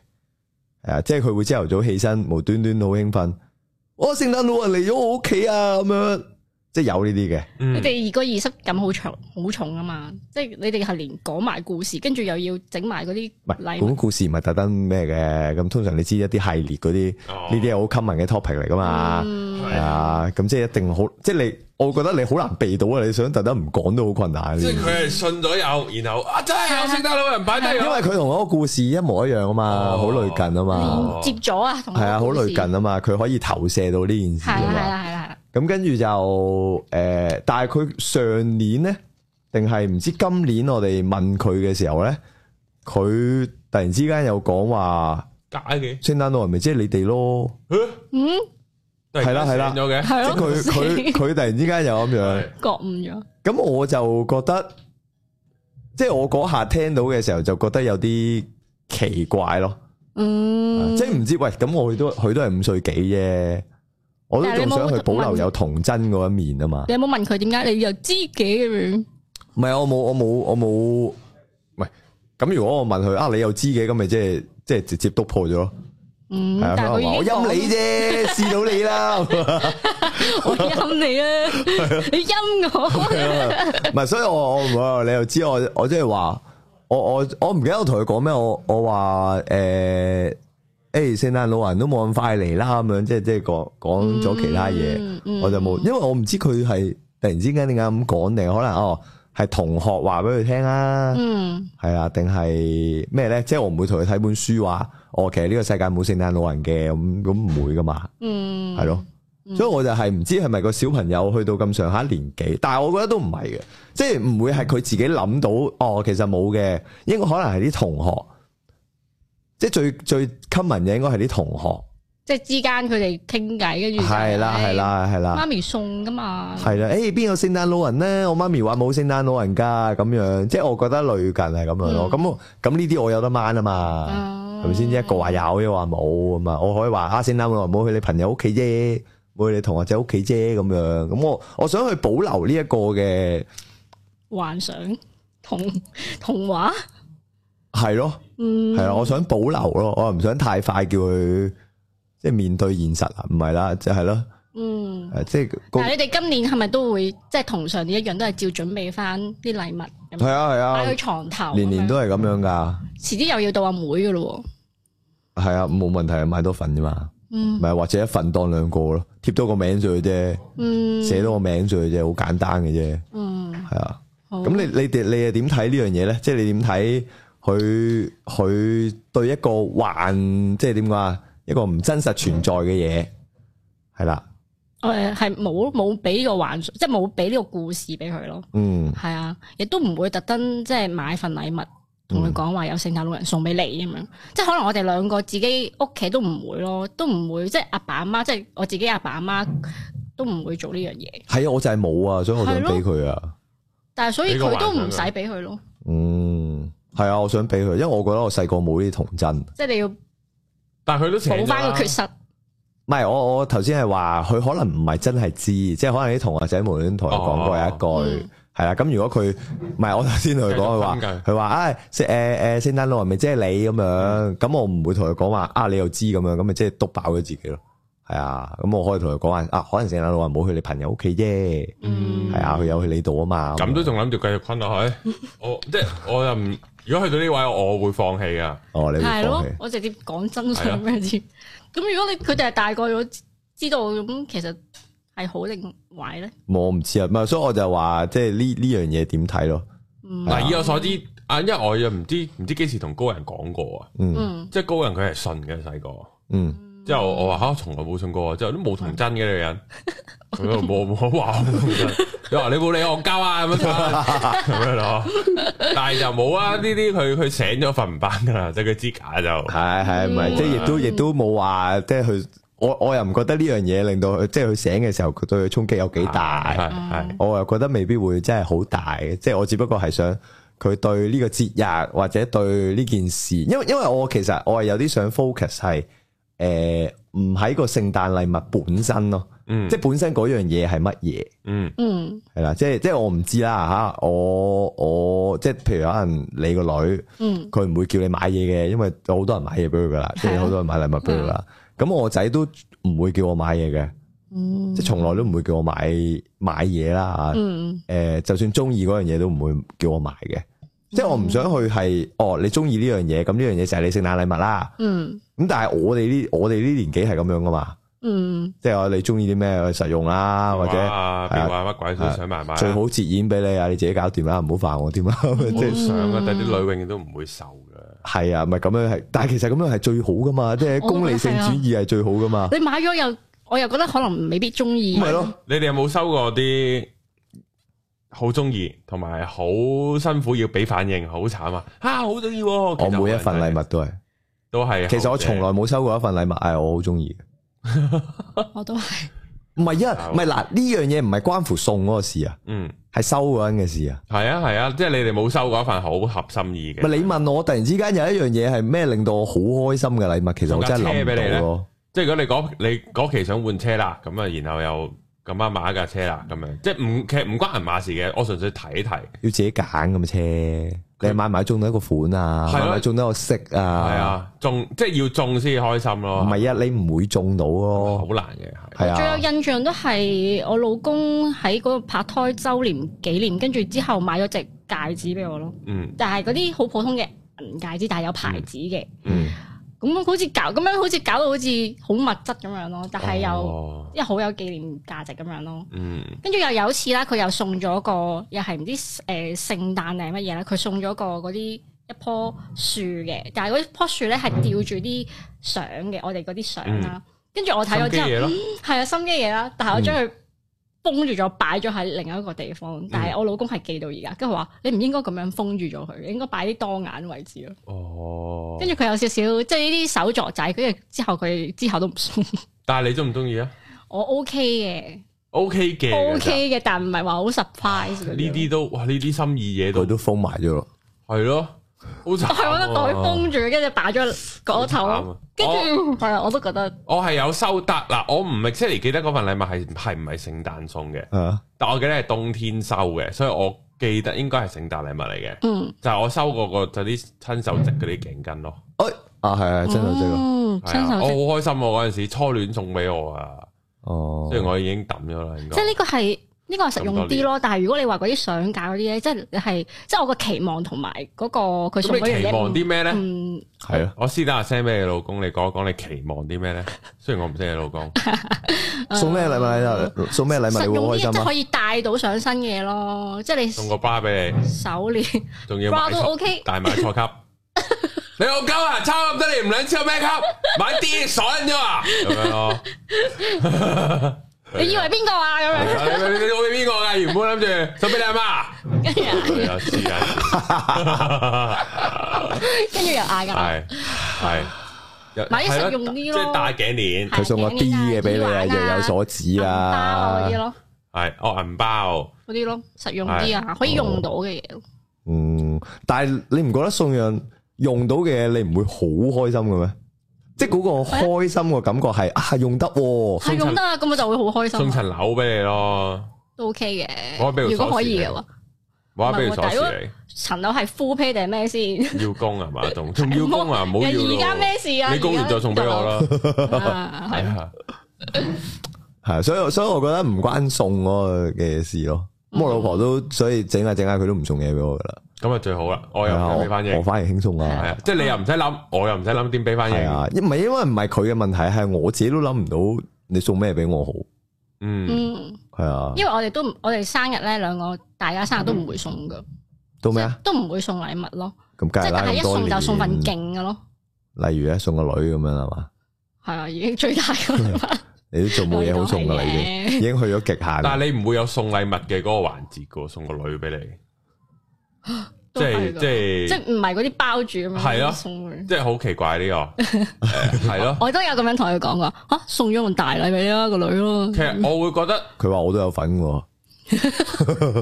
Speaker 2: 係啊，即係佢會朝頭早起身，無端端好興奮，我聖誕老人嚟咗我屋企啊，咁樣即係有呢啲嘅，
Speaker 3: 你
Speaker 1: 嗯
Speaker 3: 哋個儀式感好重好重啊嘛，即係你哋係連講埋故事，跟住又要整埋嗰啲
Speaker 2: 唔係
Speaker 3: 禮
Speaker 2: 嗰
Speaker 3: 物
Speaker 2: 本。故事唔係特登咩嘅，咁通常你知一啲系列嗰啲
Speaker 1: 哦
Speaker 2: 呢啲係好 common 嘅 topic 嚟噶嘛，
Speaker 3: 嗯
Speaker 1: 係
Speaker 2: 係啊，咁即係一定好，即係你，我覺得你好難避到啊，你想特登唔講都好困難啊。呢
Speaker 1: 即
Speaker 2: 啲
Speaker 1: 係佢係信咗有，然後啊真係有聖誕老人擺低咗，
Speaker 2: 因為佢同我個故事一模一樣啊嘛，
Speaker 1: 哦
Speaker 2: 好類近啊嘛，
Speaker 1: 哦
Speaker 3: 連接咗啊，同
Speaker 2: 係啊，好類
Speaker 3: 類
Speaker 2: 近啊嘛，佢可以投射到呢件事
Speaker 3: 係啦
Speaker 2: 啊
Speaker 3: 係
Speaker 2: 嘛。
Speaker 3: 啦係啦，
Speaker 2: 咁跟住就诶、呃但係佢上年呢，定係唔知今年我哋問佢嘅時候呢，佢突然之間有講話
Speaker 1: 假嘅，
Speaker 2: 聖誕老人咪即係你哋咯，
Speaker 1: 嚇
Speaker 3: 嗯，
Speaker 1: 突然間
Speaker 2: 係啦係啦
Speaker 1: 醒咗嘅，
Speaker 2: 即
Speaker 3: 係
Speaker 2: 係
Speaker 3: 咯，
Speaker 2: 佢佢佢突然之間又咁樣。
Speaker 1: 係
Speaker 3: 覺悟咗，
Speaker 2: 咁我就覺得，即係我嗰下聽到嘅時候就覺得有啲奇怪咯。
Speaker 3: 嗯，
Speaker 2: 啊即系唔知喂，咁我都佢都系五歲幾啫，我都
Speaker 3: 但係
Speaker 2: 仲
Speaker 3: 你冇
Speaker 2: 想去保留
Speaker 3: 問
Speaker 2: 有童真嗰一面啊嘛。
Speaker 3: 你有冇問佢點解你又知己咁樣？
Speaker 2: 唔係啊我冇我冇我冇，唔係咁如果我問佢啊，你又知嘅，咁咪即係即系直接督破咗咯。
Speaker 3: 嗯，
Speaker 2: 係啊
Speaker 3: 但係
Speaker 2: 佢
Speaker 3: 佢
Speaker 2: 話我
Speaker 3: 已經
Speaker 2: 陰你
Speaker 3: 講，
Speaker 2: 啫，試到你啦。
Speaker 3: 我陰你啊，你陰我，
Speaker 2: 唔係，所以我我我你又知我我即係話我我我唔記得我同佢講咩，我我話誒誒聖誕老人都冇咁快嚟啦，咁樣即係即係講講咗其他嘢，
Speaker 3: 嗯嗯
Speaker 2: 我就冇，因為我唔知佢係突然之間點解咁講定可能哦係同學話俾佢聽
Speaker 3: Ừ,
Speaker 2: 啊，
Speaker 3: 嗯
Speaker 2: 係啊，定係咩咧？即係我唔會同佢睇本書話，哦，其實呢個世界冇聖誕老人嘅，咁咁唔會噶嘛。
Speaker 3: 嗯，
Speaker 2: 系咯。所以我就係唔知係咪個小朋友去到咁上下年紀，但係我覺得都唔係嘅，即係唔會係佢自己諗到哦，其實冇嘅，應該可能係啲同學，即係最最 common 嘅應該係啲同學，
Speaker 3: 即係之間佢哋傾偈，跟住就
Speaker 2: 係啦係，啦係啦
Speaker 3: 媽咪送噶嘛，
Speaker 2: 係啦，誒邊有聖誕老人呢？我媽咪話冇聖誕老人㗎，咁樣即係我覺得類近係咁樣
Speaker 3: 嗯
Speaker 2: 咯。咁我咁呢啲我有得掹啊嘛，
Speaker 3: 係
Speaker 2: 係咪先？一個
Speaker 3: 嗯
Speaker 2: 話有，一個話冇咁啊，我可以話啊聖誕老人冇去你朋友屋企啫。冇去你同學仔屋企啫咁樣，咁我我想去保留呢一個嘅
Speaker 3: 幻想童童話，
Speaker 2: 係咯，
Speaker 3: 嗯
Speaker 2: 係啊，我想保留咯，我唔想太快叫佢即係面對現實啊，唔係啦，即係咯，
Speaker 3: 嗯。
Speaker 2: 誒即係個
Speaker 3: 但係你哋今年係咪都會即係同上年一樣，都係照準備翻啲禮物咁樣
Speaker 2: 係啊係
Speaker 3: 擺
Speaker 2: 啊
Speaker 3: 去，床頭咁樣，
Speaker 2: 年年都係咁樣噶，
Speaker 3: 遲啲又要到阿妹噶咯喎。
Speaker 2: 係啊，冇問題，買多份啫嘛，
Speaker 3: 嗯
Speaker 2: 咪或者一份當兩個咯，貼多個名上去啫，
Speaker 3: 嗯，
Speaker 2: 寫多個名上去啫，好簡單嘅啫，
Speaker 3: 嗯
Speaker 2: 係啊。
Speaker 3: 好。
Speaker 2: 咁你你哋你又點睇呢樣嘢咧？即係你點睇佢佢對一個幻即係點講啊？一個唔真實存在嘅嘢係啦，
Speaker 3: 誒係冇冇俾呢個幻想，即係冇俾呢個故事俾佢咯。
Speaker 2: 嗯
Speaker 3: 係啊，亦都唔會特登即係買份禮物同佢講話有聖誕老人送俾你咁樣。即係可能我哋兩個自己屋企都唔會咯，都唔會即係阿爸阿媽，即係我自己阿爸阿媽都唔會做呢樣嘢。
Speaker 2: 係啊，我就係冇啊，所以我想俾佢啊，
Speaker 3: 但係所以
Speaker 1: 俾個
Speaker 3: 佢
Speaker 1: 幻
Speaker 3: 都
Speaker 1: 想
Speaker 3: 唔
Speaker 1: 佢
Speaker 3: 使俾佢咯，
Speaker 2: 嗯，係啊，我想俾佢，因為我覺得我細個冇呢啲童真，唔
Speaker 3: 即係你要
Speaker 1: 但係佢都啊
Speaker 3: 補翻個缺
Speaker 1: 失，
Speaker 3: 失。
Speaker 2: 係我我頭先係話佢可能唔係真係知，即係可能啲同學仔無端同佢講過有一句
Speaker 3: 嗯。
Speaker 2: 係啦，咁如果佢唔係我頭先同佢講，佢話
Speaker 1: 繼續分
Speaker 2: 佢話啊，聖誒誒聖誕老人咪即係你咁樣，咁我唔會同佢講話啊，你又知咁樣，咁咪即係督爆咗自己咯。係啊，咁我可以同佢講話啊，可能聖誕老人冇去你朋友屋企啫，
Speaker 1: 嗯
Speaker 2: 係啊，佢有去你度啊嘛。
Speaker 1: 咁都仲諗住繼續坤落去。
Speaker 2: 嗯
Speaker 1: 我即係我又唔，如果去到呢位，我會放棄啊噶。
Speaker 2: 哦，你會
Speaker 3: 係
Speaker 2: 放
Speaker 3: 咯
Speaker 2: 棄，
Speaker 3: 我直接講真相俾佢知。咁如果你佢哋係大個咗知道，咁其實係好定壞咧？
Speaker 2: 我唔知啊，唔係，所以我就話即係呢呢樣嘢點睇咯。
Speaker 3: 嗯
Speaker 2: 係啊
Speaker 1: 嗱，以我所知啊，因為我又唔知唔知幾時同高人講過啊，
Speaker 2: 嗯
Speaker 3: 嗯
Speaker 1: 即係高人佢係信嘅細個。
Speaker 2: 嗯，
Speaker 1: 之後我話吓，從來冇信過啊，之後都冇童真嘅女人，佢話冇冇話冇童真，你話你冇理我交啊咁樣咁樣咯，但係就冇啊呢啲佢佢醒咗瞓唔翻噶啦，即係佢知假就
Speaker 2: 係係，唔係
Speaker 3: 嗯
Speaker 2: 即係亦都亦都冇話即係佢，我我又唔覺得呢樣嘢令到佢即係佢醒嘅時候，佢對佢衝擊有幾大。
Speaker 1: 係係
Speaker 2: 我又覺得未必會真係好大嘅，即係我只不過係想佢對呢個節日或者對呢件事，因為因為我其實我係有啲想 focus 係誒唔喺個聖誕禮物本身咯，
Speaker 1: 嗯
Speaker 2: 即係本身嗰樣嘢係乜嘢
Speaker 1: 嗯
Speaker 3: 嗯
Speaker 2: 係啦，即係即係我唔知啦嚇，我我即係譬如可能你個女
Speaker 3: 嗯
Speaker 2: 佢唔會叫你買嘢嘅，因為有好多人買嘢俾佢噶啦，即
Speaker 3: 係
Speaker 2: 係
Speaker 3: 啊
Speaker 2: 好多人買禮物俾佢啦。咁我仔都唔會叫我買嘢嘅，
Speaker 3: 嗯
Speaker 2: 即係從來都唔會叫我買買嘢啦嚇。
Speaker 3: 嗯
Speaker 2: 诶、就算中意嗰樣嘢都唔會叫我買嘅，即系我唔想去係哦，你中意呢樣嘢，咁呢樣嘢就係你聖誕禮物啦。
Speaker 3: 嗯
Speaker 2: 咁但係我哋呢，我哋呢年紀係咁樣噶嘛，
Speaker 3: 嗯
Speaker 2: 即係話你中意啲咩實用啦，
Speaker 1: 電
Speaker 2: 或
Speaker 1: 話
Speaker 2: 者
Speaker 1: 啊
Speaker 2: 係啊
Speaker 1: 電話乜鬼都想埋埋啊，
Speaker 2: 最好節演俾你啊，你自己搞掂啦，唔好煩 我添啦。即
Speaker 3: 嗯
Speaker 1: 即
Speaker 2: 係
Speaker 1: 係想啊，但係啲女永遠都唔會受嘅，
Speaker 2: 係啊，唔係咁樣係，但係其實咁樣係最好噶嘛，即係功利性
Speaker 3: 啊
Speaker 2: 主義係最好噶嘛，
Speaker 3: 你買咗又我又覺得可能未必中意
Speaker 2: 咁，咪咯。
Speaker 1: 你哋有冇收過啲？好中意，同埋好辛苦要俾反應，好慘啊！啊，好中意喎，我
Speaker 2: 我每一份禮物都係，
Speaker 1: 都係後者，
Speaker 2: 其實我從來冇收過一份禮物係我好中意嘅。
Speaker 3: 我都係
Speaker 2: 唔係
Speaker 1: 哦
Speaker 2: 啊，唔係嗱呢樣嘢唔係關乎送嗰個事啊，
Speaker 1: 嗯。
Speaker 2: 係收嗰個人嘅事啊。
Speaker 1: 系啊系啊，即系你哋冇收嗰份好合心意嘅，
Speaker 2: 咪你問我，突然之間有一樣嘢係咩令到我好開心嘅禮物，其實我真係諗
Speaker 1: 送架車俾你
Speaker 2: 唔到
Speaker 1: 呢
Speaker 2: 咯。
Speaker 1: 即系如果你嗰你嗰期想換車啦，咁啊然後又咁啱買一架車啦，咁樣即系唔其實唔關人馬事嘅，我純粹睇一睇，
Speaker 2: 要自己揀咁嘅車，你買唔買中到一個款啊？
Speaker 1: 係咯
Speaker 2: 買唔買中到一個色啊？
Speaker 1: 系，啊，中即係要中先開心咯，
Speaker 2: 唔係啊，你唔會中到
Speaker 1: 好
Speaker 2: 咯，
Speaker 1: 難嘅係。
Speaker 2: 係
Speaker 3: 最有
Speaker 2: 啊，
Speaker 3: 印象都係我老公喺嗰個拍拖周年紀念，跟住之後買咗隻戒指俾我咯，
Speaker 1: 嗯
Speaker 3: 但係嗰啲好普通嘅銀戒指，但係有牌子嘅，
Speaker 1: 嗯，
Speaker 3: 咁好似搞咁樣，好似搞到好似好物質咁樣咯，但係又
Speaker 1: 哦
Speaker 3: 即係好有紀念價值咁樣咯。
Speaker 1: 嗯
Speaker 3: 跟住又有一次啦，佢又送咗個又係唔知誒、呃、聖誕定係乜嘢啦，佢送咗個嗰啲一棵樹嘅，但係嗰棵樹咧係吊住啲相嘅，我哋嗰啲相啦。跟住我睇咗
Speaker 1: 嗯心機
Speaker 3: 之後，
Speaker 1: 嘢咯，
Speaker 3: 係啊心機嘢啦，
Speaker 1: 嗯
Speaker 3: 但係我將佢封住咗，擺咗喺另一個地方。
Speaker 1: 嗯
Speaker 3: 但係我老公係記到而家，跟住佢話你唔應該咁樣封住咗佢，你應該擺啲當眼位置咯。
Speaker 1: 哦，
Speaker 3: 跟住佢有少少即係呢啲手作仔，跟住之後佢之後都唔送，
Speaker 1: 但係你中唔中意啊
Speaker 3: 我 OK 嘅
Speaker 1: ？OK 嘅
Speaker 3: ，OK 嘅，但唔係話好 surprise 嗰
Speaker 1: 呢
Speaker 3: 種
Speaker 1: 啲都哇，呢啲心意嘢
Speaker 2: 佢
Speaker 1: 都
Speaker 2: 都封埋咗咯。
Speaker 1: 係咯，好慘
Speaker 3: 我係揾
Speaker 1: 啊
Speaker 3: 個袋封住，跟住擺咗個頭，跟住係啊，我都覺得
Speaker 1: 我係有收得嗱，我唔 exactly 記得嗰份禮物係係唔係聖誕送嘅，
Speaker 2: 啊，
Speaker 1: 但我記得係冬天收嘅，所以我記得應該係聖誕禮物嚟嘅，
Speaker 3: 嗯，
Speaker 1: 就係我收過個就啲親手織嗰啲頸巾咯，
Speaker 2: 哎，啊係啊，真係真係，
Speaker 3: 嗯，
Speaker 1: 係
Speaker 3: 親
Speaker 1: 啊，
Speaker 3: 手織，
Speaker 1: 我好開心我嗰陣時初戀送俾我啊，
Speaker 2: 哦，
Speaker 1: 雖然我已經抌咗啦，應該
Speaker 3: 即係呢個係呢個係實用啲咯。但係如果你話嗰啲相架嗰啲咧，即係你係即係我個期望同埋嗰個佢送
Speaker 1: 咁
Speaker 3: 嗰
Speaker 1: 你
Speaker 3: 樣
Speaker 1: 期望
Speaker 3: 嘢，
Speaker 1: 啲咩咧？
Speaker 3: 嗯，
Speaker 2: 係咯，
Speaker 1: 我私底下 send 俾你老公，你講一講你期望啲咩咧？雖然我唔識你老公，
Speaker 2: 送咩禮物啊？送咩禮
Speaker 3: 實
Speaker 2: 物你
Speaker 3: 用
Speaker 2: 會
Speaker 3: 啲即
Speaker 2: 開心
Speaker 3: 係
Speaker 2: 啊？
Speaker 3: 可以帶到上身嘅嘢咯。即係你
Speaker 1: 送個啊巴俾你，
Speaker 3: 手鏈
Speaker 1: 仲要
Speaker 3: bra
Speaker 1: 買
Speaker 3: 都
Speaker 1: 錯，
Speaker 3: OK，
Speaker 1: 但係買錯級。你老鳩啊，抄咁得你唔撚超咩級？買 D 爽咗啊，咁樣咯。
Speaker 3: 你以為邊個啊？咁
Speaker 1: 你
Speaker 3: 樣
Speaker 1: 你你我俾邊個噶？原本諗住送俾你阿媽，
Speaker 3: 跟住啊
Speaker 1: 佢有黐緊，
Speaker 3: 跟住又嗌㗎，
Speaker 2: 啊
Speaker 1: 係係有
Speaker 3: 買啲
Speaker 1: 係
Speaker 3: 實用
Speaker 1: 即
Speaker 3: 啲咯
Speaker 1: 係戴頸鏈，
Speaker 3: 係
Speaker 2: 佢送個 D 嘅俾你啊，
Speaker 3: 頸鏈啊
Speaker 2: 若有所指
Speaker 3: 銀包啊
Speaker 2: 啦
Speaker 3: 嗰啲，咯，
Speaker 1: 係哦銀包，
Speaker 3: 嗰啲咯，實用啲啊，可以用到嘅嘢咯。
Speaker 2: 嗯，但係你唔覺得送樣用到嘅嘢，你唔會好開心嘅咩？即係嗰個開心嘅感覺係啊，用得喎，
Speaker 3: 係用得啊，咁我就會好開
Speaker 1: 送
Speaker 3: 心啊，
Speaker 1: 層樓俾你咯，
Speaker 3: 都 OK
Speaker 1: 我俾條
Speaker 3: 嘅。如果可以嘅話，
Speaker 1: 我俾條啊鎖
Speaker 3: 唔係喎
Speaker 1: 匙
Speaker 3: 層樓係 full pay 定係咩先？
Speaker 1: 你，要供係 嘛？仲仲要供啊？唔好要咯
Speaker 3: 而家咩事啊？
Speaker 1: 你供完再送俾我啦，
Speaker 3: 啦
Speaker 1: 係啊，
Speaker 2: 係，所以所以我覺得唔關送嗰個嘅事咯。
Speaker 3: 嗯
Speaker 2: 咁我老婆都所以整下整下佢都唔送嘢俾我噶啦，
Speaker 1: 咁啊最好啦，我
Speaker 2: 係
Speaker 1: 又唔
Speaker 2: 啊
Speaker 1: 使俾翻
Speaker 2: 我
Speaker 1: 嘢，
Speaker 2: 反而輕鬆
Speaker 1: 係
Speaker 2: 啊，
Speaker 1: 啊，即係你又唔使諗，我又唔使諗點俾翻
Speaker 2: 係
Speaker 1: 嘢，
Speaker 2: 啊，因唔係因為唔係佢嘅問題，係我自己都諗唔到你送咩俾我好，
Speaker 1: 嗯，
Speaker 3: 嗯，
Speaker 2: 係啊，
Speaker 3: 因為我哋都唔，我哋生日咧，兩個大家生日都唔會送噶，
Speaker 2: 到咩啊？
Speaker 3: 都唔會送禮物咯，
Speaker 2: 咁
Speaker 3: 即
Speaker 2: 梗係
Speaker 3: 係
Speaker 2: 啦，
Speaker 3: 但係一
Speaker 2: 咁多
Speaker 3: 送就
Speaker 2: 年，
Speaker 3: 送份勁嘅咯，
Speaker 2: 例如咧送個女咁樣係嘛，
Speaker 3: 係啊，已經最大嘅禮物，
Speaker 2: 你都做冇嘢好送噶啦，已經
Speaker 3: 經
Speaker 2: 已經去咗極限啦。
Speaker 1: 但係你唔會有送禮物嘅嗰個環節噶，送個女俾你， 即係即
Speaker 3: 即
Speaker 1: 係
Speaker 3: 係唔係嗰啲包住咁樣
Speaker 1: 係啊
Speaker 3: 送佢。
Speaker 1: 即係好奇怪呢 個，誒係咯，
Speaker 3: 我都有咁樣同佢講過，吓送咗份大禮俾你啊啦個女咯，
Speaker 1: 其實我會覺得。
Speaker 2: 佢話我都有份喎，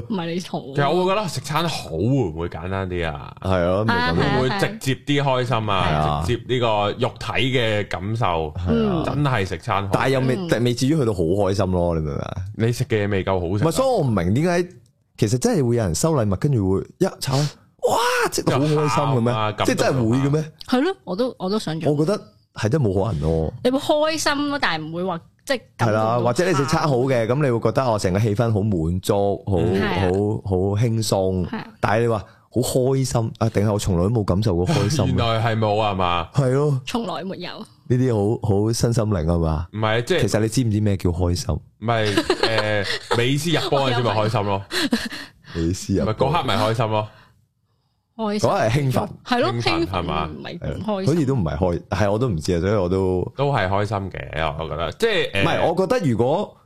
Speaker 3: 唔係你同
Speaker 1: 其實我會覺得食餐好會唔會簡單啲啊？
Speaker 2: 係啊，未
Speaker 3: 啊
Speaker 2: 咁
Speaker 1: 會
Speaker 3: 係
Speaker 1: 唔會直接啲開心啊？
Speaker 2: 係
Speaker 1: 直接呢個肉體嘅感受，啊
Speaker 3: 嗯
Speaker 1: 真係食餐好。
Speaker 2: 啊但係又未，
Speaker 3: 嗯
Speaker 2: 但係未至於去到好開心咯，你明唔明啊？
Speaker 1: 你食嘅嘢未夠
Speaker 2: 唔係，
Speaker 1: 好食
Speaker 2: 所
Speaker 1: 啊，
Speaker 2: 以我唔明點解，其實真係會有人收禮物，跟住會一炒，哇！即係好開心嘅
Speaker 1: 就喊啊
Speaker 2: 咩？
Speaker 1: 感動
Speaker 2: 即係真係會嘅咩？
Speaker 3: 係咯，我都我都想做。
Speaker 2: 我覺得係真係冇可能咯。
Speaker 3: 你會開心咯，但係唔會話即係感
Speaker 2: 係
Speaker 3: 動到
Speaker 2: 啦，
Speaker 3: 喊
Speaker 2: 或者你食餐好嘅，咁你會覺得我哦成個氣氛好滿足，好
Speaker 1: 嗯
Speaker 3: 係啊
Speaker 2: 好好輕鬆
Speaker 3: 係啊。
Speaker 2: 但係你話好開心啊？定係我從來都冇感受過開
Speaker 1: 原
Speaker 2: 心啊？
Speaker 1: 來係冇啊嘛？
Speaker 2: 係咯，
Speaker 3: 從來沒有。
Speaker 2: 呢啲好好身心靈啊嘛。
Speaker 1: 唔係即係
Speaker 2: 其實你知唔知咩叫開心？
Speaker 1: 唔係 诶，誒美斯入波嗰陣時咪開心咯，
Speaker 2: 你知啊？
Speaker 1: 咪嗰刻咪開心咯，
Speaker 3: 開心
Speaker 2: 嗰係興奮，
Speaker 3: 係咯，
Speaker 1: 興奮
Speaker 3: 興
Speaker 1: 係嘛
Speaker 3: 唔係
Speaker 2: 係
Speaker 3: 咁
Speaker 2: 啊
Speaker 3: 開
Speaker 2: 好
Speaker 3: 心。
Speaker 2: 似都唔係開，係我都唔知啊，所以我都唔
Speaker 1: 都係開心嘅，我覺得即係誒
Speaker 2: 係。我覺得如果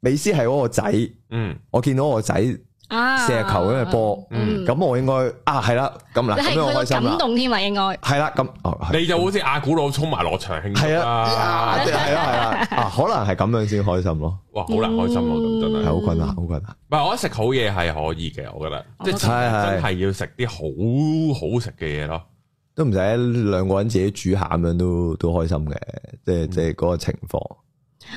Speaker 2: 美斯係我個仔，
Speaker 1: 嗯
Speaker 2: 我見到我個仔
Speaker 3: 啊
Speaker 2: 射球咁嘅，波，
Speaker 1: 嗯
Speaker 2: 咁我應該啊係啦，咁嗱
Speaker 3: 你係
Speaker 2: 咁樣
Speaker 3: 佢
Speaker 2: 我
Speaker 3: 個
Speaker 2: 開心
Speaker 3: 感
Speaker 2: 啦，
Speaker 3: 動添啊，應該
Speaker 2: 係啦咁，哦係
Speaker 1: 你就好似阿古佬衝埋落場慶
Speaker 2: 係
Speaker 1: 祝
Speaker 2: 啊，啊
Speaker 1: 啦，
Speaker 2: 係啊係啊， 啊可能係咁樣先開心咯，
Speaker 1: 哇好難開心啊咁真
Speaker 2: 係
Speaker 1: 係。
Speaker 3: 嗯
Speaker 2: 好困難，好困難，
Speaker 1: 唔係我覺得食好嘢係可以嘅，我覺得即係
Speaker 2: 係係
Speaker 1: 真係要食啲好好食嘅嘢咯。
Speaker 2: 都
Speaker 3: 嗯
Speaker 2: 唔使兩個人自己煮下咁樣都都開心嘅，即係即係嗰個情況，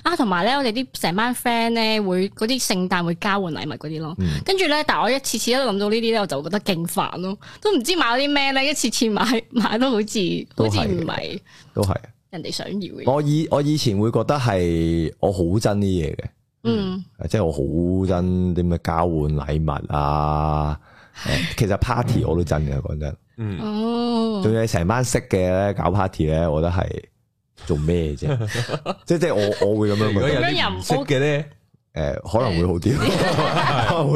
Speaker 3: 啊，同埋咧，我哋啲成班 friend 咧會嗰啲聖誕會交換禮物嗰啲咯。
Speaker 2: 嗯
Speaker 3: 跟住咧，但係我一次次都諗到呢啲咧，我就覺得勁煩咯，都唔知買啲咩咧，一次次買 買都好似
Speaker 2: 都
Speaker 3: 好
Speaker 2: 係哦
Speaker 3: 似唔係
Speaker 2: 都係。
Speaker 3: 人哋想要嘅嘢。
Speaker 2: 我以我以前會覺得係我好憎呢嘢嘅，
Speaker 3: 嗯，
Speaker 2: 啊即係我好憎啲咩交換禮物啊。 誒其實 party 我都憎嘅，講真。
Speaker 1: 嗯，
Speaker 3: 哦
Speaker 2: 仲，要係成班識嘅咧，搞 party 咧，我覺得係做咩啫？ 即即係我我會咁樣
Speaker 1: 如果
Speaker 2: 覺
Speaker 1: 有
Speaker 2: 得，
Speaker 1: 啲唔識嘅咧，
Speaker 2: 誒可能會好啲， 可能會好少少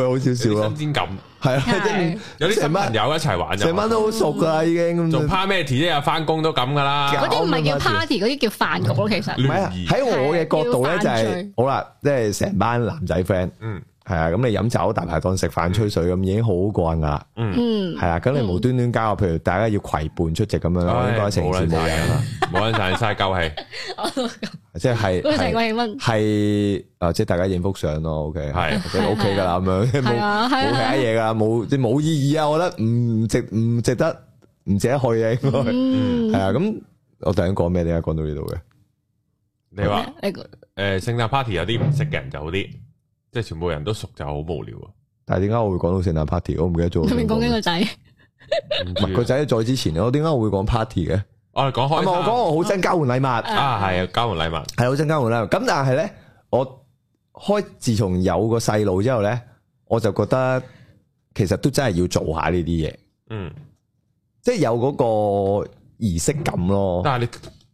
Speaker 1: 有啲
Speaker 2: 咯
Speaker 1: 新。鮮感，
Speaker 2: 係啊，即係
Speaker 3: 係
Speaker 1: 有啲
Speaker 2: 成
Speaker 1: 新
Speaker 2: 班
Speaker 1: 朋友一齊玩就
Speaker 2: 成班都好熟噶啦，已經
Speaker 1: 做
Speaker 2: 咁。
Speaker 1: party 啫，翻工都咁噶啦
Speaker 2: 搞
Speaker 3: 嗰。啲唔係
Speaker 2: 搞
Speaker 3: 叫
Speaker 2: 咁多
Speaker 3: party，嗰啲叫飯局咯，其
Speaker 2: 唔
Speaker 3: 實。
Speaker 2: 係啊，
Speaker 1: 聯誼
Speaker 2: 喺我嘅角度咧
Speaker 3: 係
Speaker 2: 就
Speaker 3: 要犯
Speaker 2: 係
Speaker 3: 罪
Speaker 2: 好啦，即係成班男仔 friend
Speaker 1: 嗯
Speaker 2: 係啊，咁你飲酒大排檔食飯吹水咁已經好過癮噶啦，
Speaker 1: 嗯，
Speaker 3: 嗯，
Speaker 2: 係啊，咁你無端端交，譬如大家要攜伴出席咁樣，應該成件事冇癮啦，
Speaker 1: 冇人晒晒鳩氣，
Speaker 2: 即係
Speaker 3: 嗰個
Speaker 2: 係
Speaker 3: 成個氣氛。
Speaker 2: 系诶，誒即系大家影幅相咯，OK，
Speaker 1: 係
Speaker 2: 即系 OK 噶啦，咁樣冇
Speaker 3: 係啊係啊
Speaker 2: 冇其他嘢噶，冇即係冇意義啊，我覺得唔值唔值得唔值得去嘅，應該
Speaker 3: 嗯，
Speaker 2: 係啊。咁我突然講咩？點解講到呢度嘅？
Speaker 1: 你話
Speaker 3: 你個
Speaker 1: 诶聖誕 party 有啲唔識嘅人就好啲，即係全部人都熟就好無聊啊。
Speaker 2: 但係點解我會講到聖誕 party？我唔記得咗我
Speaker 3: 你
Speaker 2: 想
Speaker 3: 咪
Speaker 2: 講
Speaker 3: 講緊
Speaker 2: 咩。
Speaker 3: 個仔。
Speaker 1: 唔
Speaker 2: 唔係個
Speaker 1: 知
Speaker 2: 仔再之前，我點解我會講 party 嘅？
Speaker 1: 我哋講
Speaker 2: 係
Speaker 1: 開
Speaker 2: 咪我講我好憎交換禮物，
Speaker 3: 啊
Speaker 1: 啊，係啊，交換禮物，
Speaker 2: 係好憎交換禮物。咁但係咧，我開自從有個細路之後咧，我就覺得其實都真係要做下呢啲嘢。
Speaker 1: 嗯，
Speaker 2: 即係有嗰個儀式感咯，
Speaker 1: 但係